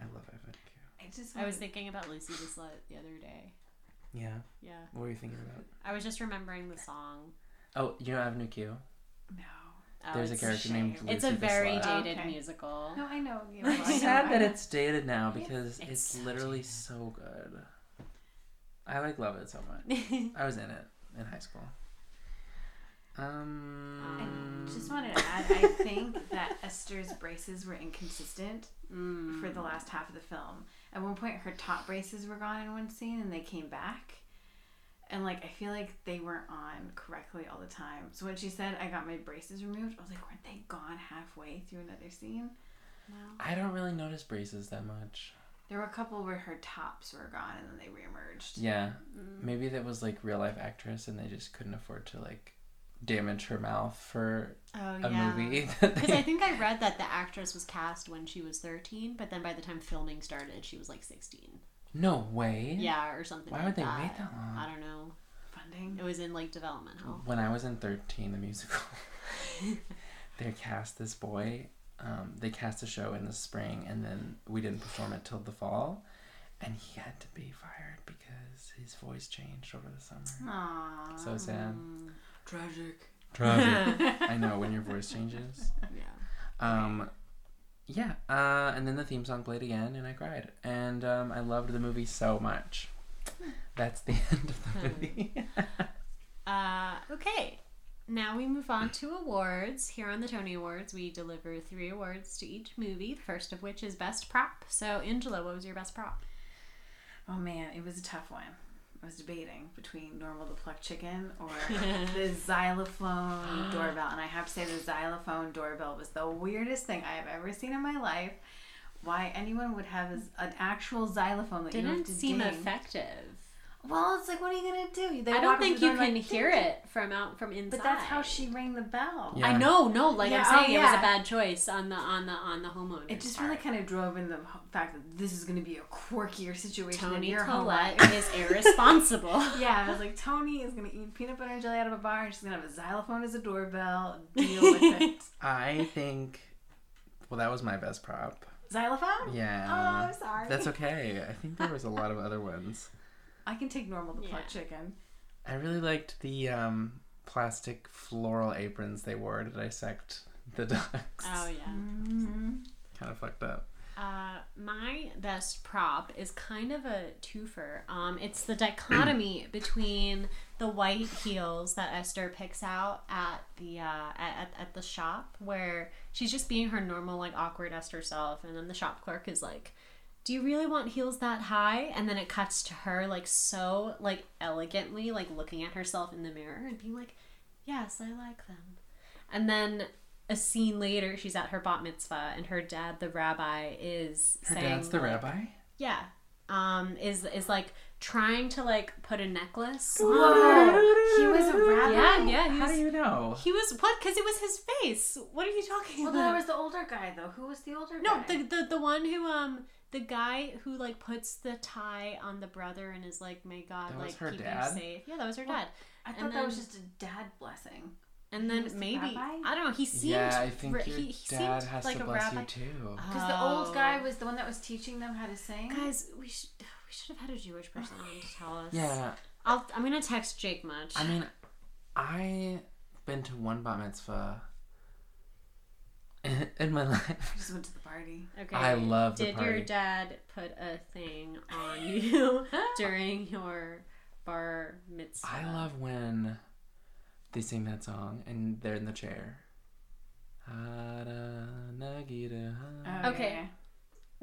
[SPEAKER 1] I love FNQ.
[SPEAKER 3] I just.
[SPEAKER 2] I was
[SPEAKER 3] wanted-
[SPEAKER 2] thinking about Lucy the slut the other day.
[SPEAKER 1] Yeah.
[SPEAKER 2] Yeah,
[SPEAKER 1] What were you thinking about?
[SPEAKER 2] I was just remembering the song.
[SPEAKER 1] Oh, you know Avenue Q.
[SPEAKER 3] No.
[SPEAKER 2] Oh,
[SPEAKER 1] There's a
[SPEAKER 2] it's-
[SPEAKER 1] character
[SPEAKER 3] shame.
[SPEAKER 1] named Lucy
[SPEAKER 2] It's a
[SPEAKER 1] the
[SPEAKER 2] very
[SPEAKER 1] Slut.
[SPEAKER 2] dated
[SPEAKER 3] Okay.
[SPEAKER 2] musical.
[SPEAKER 3] No, I know. You
[SPEAKER 1] I'm
[SPEAKER 3] I know,
[SPEAKER 1] sad
[SPEAKER 3] I
[SPEAKER 1] that
[SPEAKER 3] know.
[SPEAKER 1] it's dated now
[SPEAKER 3] Yes.
[SPEAKER 1] because it's,
[SPEAKER 2] It's so
[SPEAKER 1] literally
[SPEAKER 2] dated.
[SPEAKER 1] so good. I like love it so much. I was in it in high school.
[SPEAKER 3] I
[SPEAKER 1] Um,
[SPEAKER 3] just wanted to add,
[SPEAKER 1] Mm.
[SPEAKER 3] I think that Esther's braces were inconsistent
[SPEAKER 2] Mm.
[SPEAKER 3] for the last half of the film. At one point, her top braces were gone in one scene, and they came back. And like, I feel like they weren't on correctly all the time. So when she said, "I got my braces removed," I was like, "Weren't they gone halfway through another scene?"
[SPEAKER 2] No.
[SPEAKER 1] I don't really notice braces that much.
[SPEAKER 3] There were a couple where her tops were gone and then they reemerged.
[SPEAKER 1] Yeah.
[SPEAKER 2] Mm.
[SPEAKER 1] Maybe that was like real life actress and they just couldn't afford to like damage her mouth for
[SPEAKER 2] Oh
[SPEAKER 1] a
[SPEAKER 2] yeah.
[SPEAKER 1] movie. that
[SPEAKER 2] Because
[SPEAKER 1] they-
[SPEAKER 2] I think I read that the actress was cast when she was 13, but then by the time filming started, she was like 16.
[SPEAKER 1] No way.
[SPEAKER 2] Yeah, or something.
[SPEAKER 1] Why
[SPEAKER 2] like
[SPEAKER 1] would they
[SPEAKER 2] that.
[SPEAKER 1] wait that long?
[SPEAKER 2] I don't know.
[SPEAKER 3] Funding.
[SPEAKER 2] It was in like development hell.
[SPEAKER 1] When I was in 13, the musical, they cast this boy. Um, they cast a show in the spring, and then we didn't perform it till the fall. And he had to be fired because his voice changed over the summer.
[SPEAKER 3] Aww.
[SPEAKER 1] So sad.
[SPEAKER 3] tragic.
[SPEAKER 1] I know when your voice changes.
[SPEAKER 2] Yeah.
[SPEAKER 1] Um, yeah. Uh, and then the theme song played again, and I cried. And um, I loved the movie so much. That's the end of the movie.
[SPEAKER 2] Uh, okay. Now we move on to awards. Here on the Tony Awards, we deliver three awards to each movie, the first of which is Best Prop. So, Angela, what was your best prop?
[SPEAKER 3] Oh man, it was a tough one. I was debating between normal to pluck chicken or the xylophone doorbell. And I have to say, the xylophone doorbell was the weirdest thing I have ever seen in my life. Why anyone would have is an actual xylophone that you
[SPEAKER 2] Didn't
[SPEAKER 3] have to
[SPEAKER 2] seem
[SPEAKER 3] ding.
[SPEAKER 2] effective.
[SPEAKER 3] Well, it's like, what are you gonna do? They
[SPEAKER 2] I
[SPEAKER 3] walk
[SPEAKER 2] don't
[SPEAKER 3] up to
[SPEAKER 2] think
[SPEAKER 3] the
[SPEAKER 2] you
[SPEAKER 3] door
[SPEAKER 2] can
[SPEAKER 3] and, like,
[SPEAKER 2] hear
[SPEAKER 3] ding, ding.
[SPEAKER 2] it from out from inside.
[SPEAKER 3] But that's how she rang the bell.
[SPEAKER 1] Yeah.
[SPEAKER 2] I know, no, like
[SPEAKER 3] Yeah,
[SPEAKER 2] I'm saying,
[SPEAKER 3] oh,
[SPEAKER 2] it was
[SPEAKER 3] yeah.
[SPEAKER 2] a bad choice on the on the on the homeowner.
[SPEAKER 3] It just really kind of drove in the ho- fact that this is going to be a quirkier situation than
[SPEAKER 2] Tony
[SPEAKER 3] your whole
[SPEAKER 2] Collette
[SPEAKER 3] life.
[SPEAKER 2] is irresponsible. Oh,
[SPEAKER 3] yeah, I was like, Tony is going to eat peanut butter and jelly out of a bar. She's going to have a xylophone as a doorbell. Deal with it.
[SPEAKER 1] I think. Well, that was my best prop.
[SPEAKER 3] Xylophone?
[SPEAKER 1] Yeah.
[SPEAKER 3] Oh, I'm sorry.
[SPEAKER 1] That's okay. I think there was a lot of other ones.
[SPEAKER 3] I can take normal the pluck
[SPEAKER 2] Yeah.
[SPEAKER 3] chicken.
[SPEAKER 1] I really liked the um, plastic floral aprons they wore to dissect the ducks.
[SPEAKER 2] oh yeah.
[SPEAKER 1] Kind of fucked up.
[SPEAKER 2] Uh, my best prop is kind of a twofer. Um, it's the dichotomy between the white heels that Esther picks out at the uh, at, at, at the shop, where she's just being her normal like awkward Esther self, and then the shop clerk is like. Do you really want heels that high? And then it cuts to her like so like elegantly like looking at herself in the mirror and being like, "Yes, I like them." And then a scene later, she's at her bat mitzvah, and her dad, the rabbi, is
[SPEAKER 1] Her
[SPEAKER 2] saying,
[SPEAKER 1] dad's the rabbi?
[SPEAKER 2] "Yeah." Um, is is like trying to like put a necklace.
[SPEAKER 3] Whoa. He was a rabbi?
[SPEAKER 2] Yeah, yeah. He
[SPEAKER 1] How do
[SPEAKER 2] was,
[SPEAKER 1] you know?
[SPEAKER 2] he was what? Because it was his face. What are you talking
[SPEAKER 3] Well,
[SPEAKER 2] about?
[SPEAKER 3] there was the older guy, though. Who was the older
[SPEAKER 2] no,
[SPEAKER 3] guy?
[SPEAKER 2] the, the the one who um the guy who like puts the tie on the brother and is like, "May God
[SPEAKER 1] That was
[SPEAKER 2] like
[SPEAKER 1] her
[SPEAKER 2] keep
[SPEAKER 1] dad?
[SPEAKER 2] you safe." Yeah, that was her
[SPEAKER 3] Well,
[SPEAKER 2] dad.
[SPEAKER 3] I thought
[SPEAKER 2] and
[SPEAKER 3] that was
[SPEAKER 2] then-
[SPEAKER 3] just a dad blessing.
[SPEAKER 2] And
[SPEAKER 3] he
[SPEAKER 2] then
[SPEAKER 3] was the
[SPEAKER 2] maybe
[SPEAKER 3] rabbi?
[SPEAKER 2] I don't know. He seemed
[SPEAKER 1] yeah, I think
[SPEAKER 2] re-
[SPEAKER 1] your
[SPEAKER 2] he, he
[SPEAKER 1] dad
[SPEAKER 2] seemed
[SPEAKER 1] has
[SPEAKER 2] like
[SPEAKER 1] to
[SPEAKER 2] a
[SPEAKER 1] bless
[SPEAKER 2] rabbi.
[SPEAKER 1] you too.
[SPEAKER 3] Because the old guy
[SPEAKER 2] Oh.
[SPEAKER 3] was the one that was teaching them how to sing.
[SPEAKER 2] Guys, we should we should have had a Jewish person on to tell us.
[SPEAKER 1] Yeah,
[SPEAKER 2] I'll, I'm gonna text Jake much.
[SPEAKER 1] I mean, I've been to one bat mitzvah in my life.
[SPEAKER 3] I just went to the party.
[SPEAKER 2] okay.
[SPEAKER 1] I love the
[SPEAKER 2] Did your
[SPEAKER 1] party.
[SPEAKER 2] dad put a thing on you during your bar mitzvah?
[SPEAKER 1] I love when they sing that song and they're in the chair.
[SPEAKER 3] Oh,
[SPEAKER 2] Okay.
[SPEAKER 3] yeah.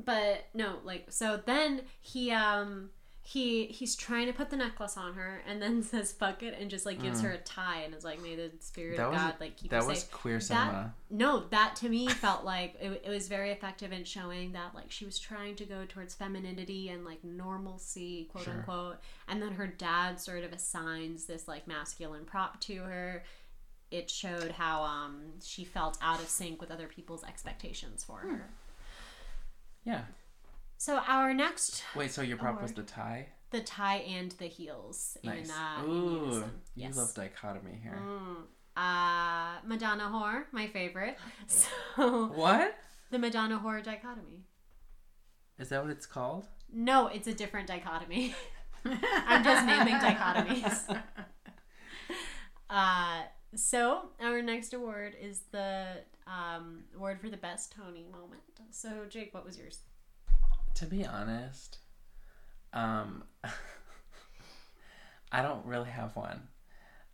[SPEAKER 2] But no, like so. Then he um he he's trying to put the necklace on her, and then says "fuck it" and just like gives her a tie, and is like, "May the spirit
[SPEAKER 1] Mm. That
[SPEAKER 2] of
[SPEAKER 1] was-
[SPEAKER 2] God like keep you
[SPEAKER 1] That
[SPEAKER 2] safe."
[SPEAKER 1] was queer cinema.
[SPEAKER 2] no that to me felt like it, it was very effective in showing that like she was trying to go towards femininity and like normalcy quote
[SPEAKER 1] Sure.
[SPEAKER 2] unquote and then her dad sort of assigns this like masculine prop to her it showed how um she felt out of sync with other people's expectations for her
[SPEAKER 1] Yeah.
[SPEAKER 2] so our next
[SPEAKER 1] Wait, so your prop was
[SPEAKER 2] Award.
[SPEAKER 1] the tie?
[SPEAKER 2] the tie and the heels
[SPEAKER 1] Nice.
[SPEAKER 2] in uh in
[SPEAKER 1] Ooh,
[SPEAKER 2] unison. yes.
[SPEAKER 1] you love dichotomy here.
[SPEAKER 2] Mm. uh madonna whore my favorite so
[SPEAKER 1] What?
[SPEAKER 2] the madonna whore dichotomy
[SPEAKER 1] Is that what it's called?
[SPEAKER 2] No, it's a different dichotomy. I'm just naming dichotomies. Uh, so our next award is the um, award for the best Tony moment. So Jake, what was yours?
[SPEAKER 1] To be honest, um, I don't really have one,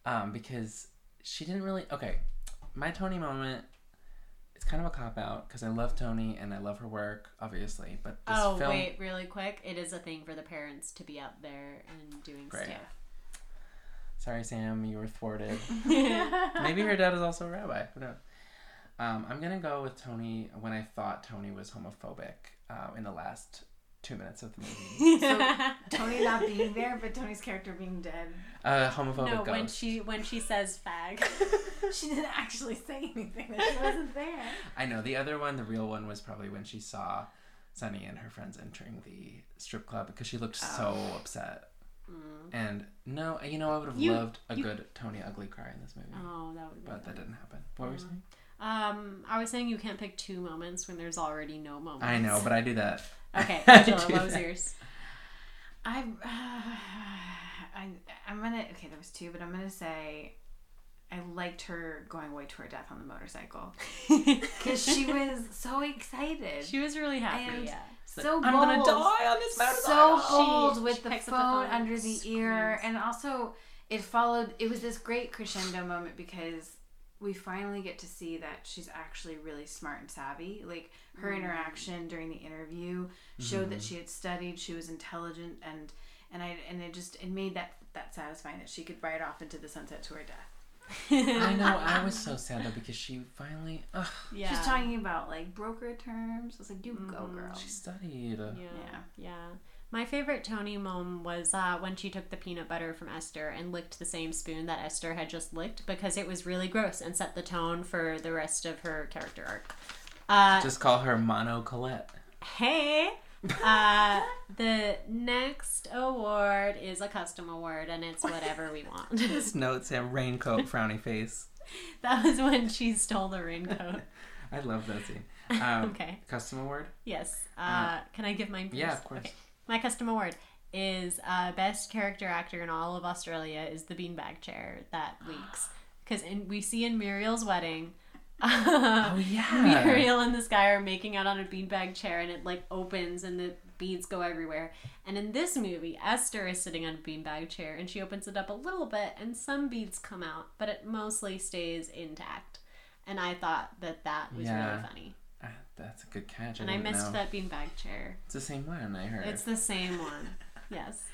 [SPEAKER 1] um, because she didn't really. Okay, my Tony moment. It's kind of a cop out because I love Tony and I love her work, obviously. But this
[SPEAKER 2] oh
[SPEAKER 1] film,
[SPEAKER 2] wait, really quick. It is a thing for the parents to be out there and doing
[SPEAKER 1] Right.
[SPEAKER 2] stuff.
[SPEAKER 1] sorry Sam, you were thwarted. Maybe her dad is also a rabbi. Who knows? Um, I'm gonna go with Tony when I thought Tony was homophobic uh, in the last two minutes of the movie.
[SPEAKER 3] Tony not being there, but Tony's character being dead.
[SPEAKER 1] A Uh, homophobic
[SPEAKER 2] no,
[SPEAKER 1] ghost.
[SPEAKER 2] when she when she says fag.
[SPEAKER 3] She didn't actually say anything. That she wasn't there.
[SPEAKER 1] I know the other one, the real one, was probably when she saw Sunny and her friends entering the strip club because she looked so upset.
[SPEAKER 2] Mm.
[SPEAKER 1] And no, you know, I would have
[SPEAKER 2] You-
[SPEAKER 1] loved a
[SPEAKER 2] you-
[SPEAKER 1] good Tony ugly cry in this movie,
[SPEAKER 2] Oh, that would be
[SPEAKER 1] but that didn't happen. What were you saying?
[SPEAKER 2] Um, I was saying you can't pick two moments when there's already no moments.
[SPEAKER 1] I know, but I do that.
[SPEAKER 2] Okay,
[SPEAKER 1] I
[SPEAKER 2] Angela,
[SPEAKER 1] do
[SPEAKER 2] what was
[SPEAKER 1] that.
[SPEAKER 2] yours?
[SPEAKER 3] I, I, I'm gonna. Okay, there was two, but I'm gonna say, I liked her going way to her death on the motorcycle because she was so excited,
[SPEAKER 2] She was really happy.
[SPEAKER 3] And-
[SPEAKER 2] yeah.
[SPEAKER 3] so
[SPEAKER 1] I'm gonna
[SPEAKER 3] bold.
[SPEAKER 1] die on this motorcycle.
[SPEAKER 3] so
[SPEAKER 2] Oh, She-
[SPEAKER 3] bold
[SPEAKER 2] she
[SPEAKER 3] with the phone,
[SPEAKER 2] picks up the phone,
[SPEAKER 3] under the ear
[SPEAKER 2] screams.
[SPEAKER 3] and also it followed it was this great crescendo moment because we finally get to see that she's actually really smart and savvy like her
[SPEAKER 2] Mm.
[SPEAKER 3] interaction during the interview showed that she had studied she was intelligent and and i and it just it made that that satisfying that she could ride off into the sunset to her death
[SPEAKER 1] I know. I was so sad though because she finally. Ugh,
[SPEAKER 2] Yeah. Mm-hmm.
[SPEAKER 3] she's talking about like broker terms i was like you go girl
[SPEAKER 1] she studied.
[SPEAKER 2] Oh. Yeah, yeah.
[SPEAKER 3] Yeah.
[SPEAKER 2] My favorite Tony mom was uh, when she took the peanut butter from Esther and licked the same spoon that Esther had just licked because it was really gross and set the tone for the rest of her character arc. Uh,
[SPEAKER 1] Just call her Mono Colette.
[SPEAKER 2] hey uh the next award is a custom award and it's whatever we want
[SPEAKER 1] This note said raincoat, frowny face.
[SPEAKER 2] that was when she stole the raincoat
[SPEAKER 1] I love that scene. Um,
[SPEAKER 2] Okay.
[SPEAKER 1] Custom award.
[SPEAKER 2] yes uh can i give mine first?
[SPEAKER 1] Uh-huh. yeah, of course.
[SPEAKER 2] my custom award is uh best character actor in all of australia is the beanbag chair that leaks because in we see in muriel's wedding
[SPEAKER 1] Oh yeah.
[SPEAKER 2] Muriel and this guy are making out on a beanbag chair, and it like opens, and the beads go everywhere. And in this movie, Esther is sitting on a beanbag chair, and she opens it up a little bit, and some beads come out, but it mostly stays intact. And I thought that that was
[SPEAKER 1] Yeah.
[SPEAKER 2] really funny,
[SPEAKER 1] Ah, That's a good catch.
[SPEAKER 2] and I
[SPEAKER 1] didn't
[SPEAKER 2] missed
[SPEAKER 1] know.
[SPEAKER 2] that beanbag chair.
[SPEAKER 1] It's the same one I heard.
[SPEAKER 2] It's the same one. Yes.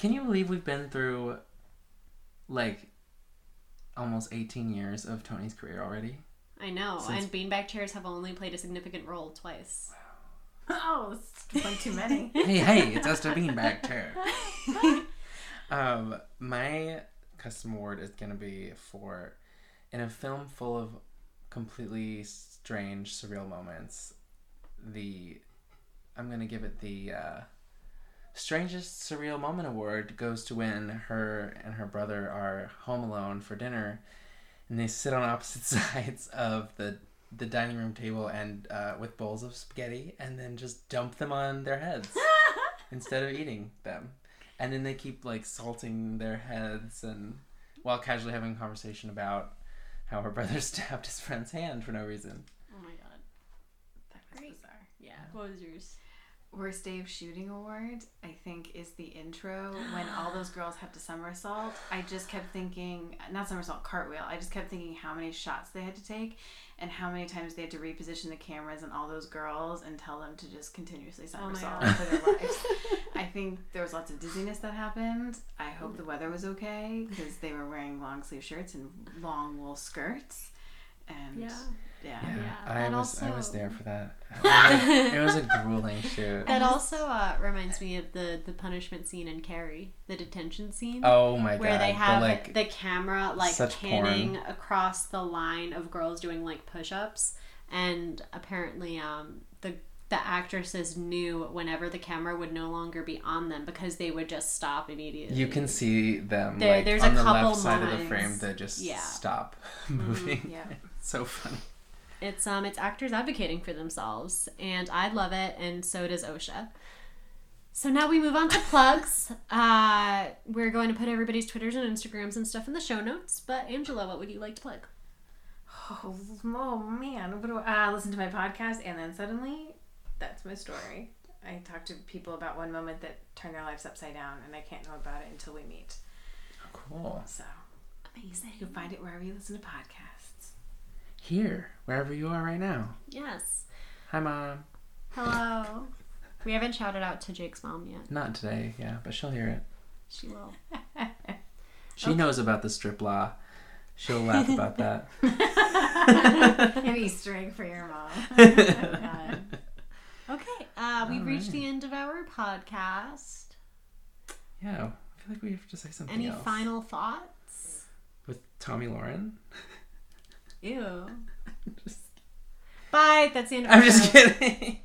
[SPEAKER 1] Can you believe we've been through like almost 18 years of Tony's career already?
[SPEAKER 2] I know,
[SPEAKER 1] Since-
[SPEAKER 2] and beanbag chairs have only played a significant role twice.
[SPEAKER 3] oh it's one too many
[SPEAKER 1] Hey, hey, it's Esther Beanbag Chair. um, my custom award is going to be for in a film full of completely strange, surreal moments. The I'm going to give it the uh, strangest surreal moment award goes to when her and her brother are home alone for dinner, and they sit on opposite sides of the the dining room table and uh, with bowls of spaghetti, and then just dump them on their heads instead of eating them. And then they keep like salting their heads and while casually having a conversation about how her brother stabbed his friend's hand for no reason.
[SPEAKER 2] Oh my god.
[SPEAKER 3] that was
[SPEAKER 2] Great.
[SPEAKER 3] bizarre
[SPEAKER 2] Yeah. What was yours?
[SPEAKER 3] Worst Day of Shooting Award, I think, is the intro when all those girls have to somersault. I just kept thinking, not somersault, cartwheel. I just kept thinking how many shots they had to take and how many times they had to reposition the cameras and all those girls and tell them to just continuously
[SPEAKER 2] Oh my
[SPEAKER 3] somersault
[SPEAKER 2] God.
[SPEAKER 3] for their lives. I think there was lots of dizziness that happened. I hope the weather was okay because they were wearing long sleeve shirts and long wool skirts. And yeah.
[SPEAKER 2] Yeah. Yeah,
[SPEAKER 1] I
[SPEAKER 2] and
[SPEAKER 1] was I was
[SPEAKER 2] also-
[SPEAKER 1] there for that. It was a, it was a grueling shoot.
[SPEAKER 2] That also uh, reminds me of the the punishment scene in Carrie, the detention scene,
[SPEAKER 1] Oh my
[SPEAKER 2] where
[SPEAKER 1] god.
[SPEAKER 2] they
[SPEAKER 1] the,
[SPEAKER 2] have
[SPEAKER 1] like
[SPEAKER 2] the camera like
[SPEAKER 1] such
[SPEAKER 2] panning across the line of girls doing like push-ups, and apparently um, the the actresses knew whenever the camera would no longer be on them because they would just stop immediately.
[SPEAKER 1] you can see them
[SPEAKER 2] There-
[SPEAKER 1] like
[SPEAKER 2] there's a
[SPEAKER 1] on the
[SPEAKER 2] couple
[SPEAKER 1] left side of the
[SPEAKER 2] moments.
[SPEAKER 1] frame they just
[SPEAKER 2] Yeah. Mm-hmm,
[SPEAKER 1] stop moving.
[SPEAKER 3] yeah.
[SPEAKER 1] so funny.
[SPEAKER 2] It's um it's actors advocating for themselves, and I love it, and so does OSHA. So now we move on to plugs. Uh, we're going to put everybody's Twitters and Instagrams and stuff in the show notes. But Angela, what would you like to plug?
[SPEAKER 3] Oh, oh man, what do I uh, listen to my podcast and then suddenly that's my story. I talk to people about one moment that turned their lives upside down and I can't know about it until we meet.
[SPEAKER 1] Cool.
[SPEAKER 3] So you
[SPEAKER 2] Amazing.
[SPEAKER 3] can find it wherever you listen to podcasts.
[SPEAKER 1] Here, wherever you are right now.
[SPEAKER 2] Yes.
[SPEAKER 1] Hi mom.
[SPEAKER 2] Hello. We haven't shouted out to Jake's mom yet.
[SPEAKER 1] Not today, yeah, but she'll hear it.
[SPEAKER 2] She will.
[SPEAKER 1] She knows about the strip law. She'll laugh about that.
[SPEAKER 3] An Easter egg for your mom.
[SPEAKER 2] God. Okay. Uh, we we've
[SPEAKER 1] All
[SPEAKER 2] reached
[SPEAKER 1] right.
[SPEAKER 2] the end of our podcast.
[SPEAKER 1] Yeah, I feel like we have to say something
[SPEAKER 2] Any
[SPEAKER 1] else.
[SPEAKER 2] final thoughts?
[SPEAKER 1] With Tommy Lauren?
[SPEAKER 2] Ew.
[SPEAKER 1] Just-
[SPEAKER 2] Bye. That's the end of
[SPEAKER 1] I'm
[SPEAKER 2] our
[SPEAKER 1] just
[SPEAKER 2] show.
[SPEAKER 1] kidding.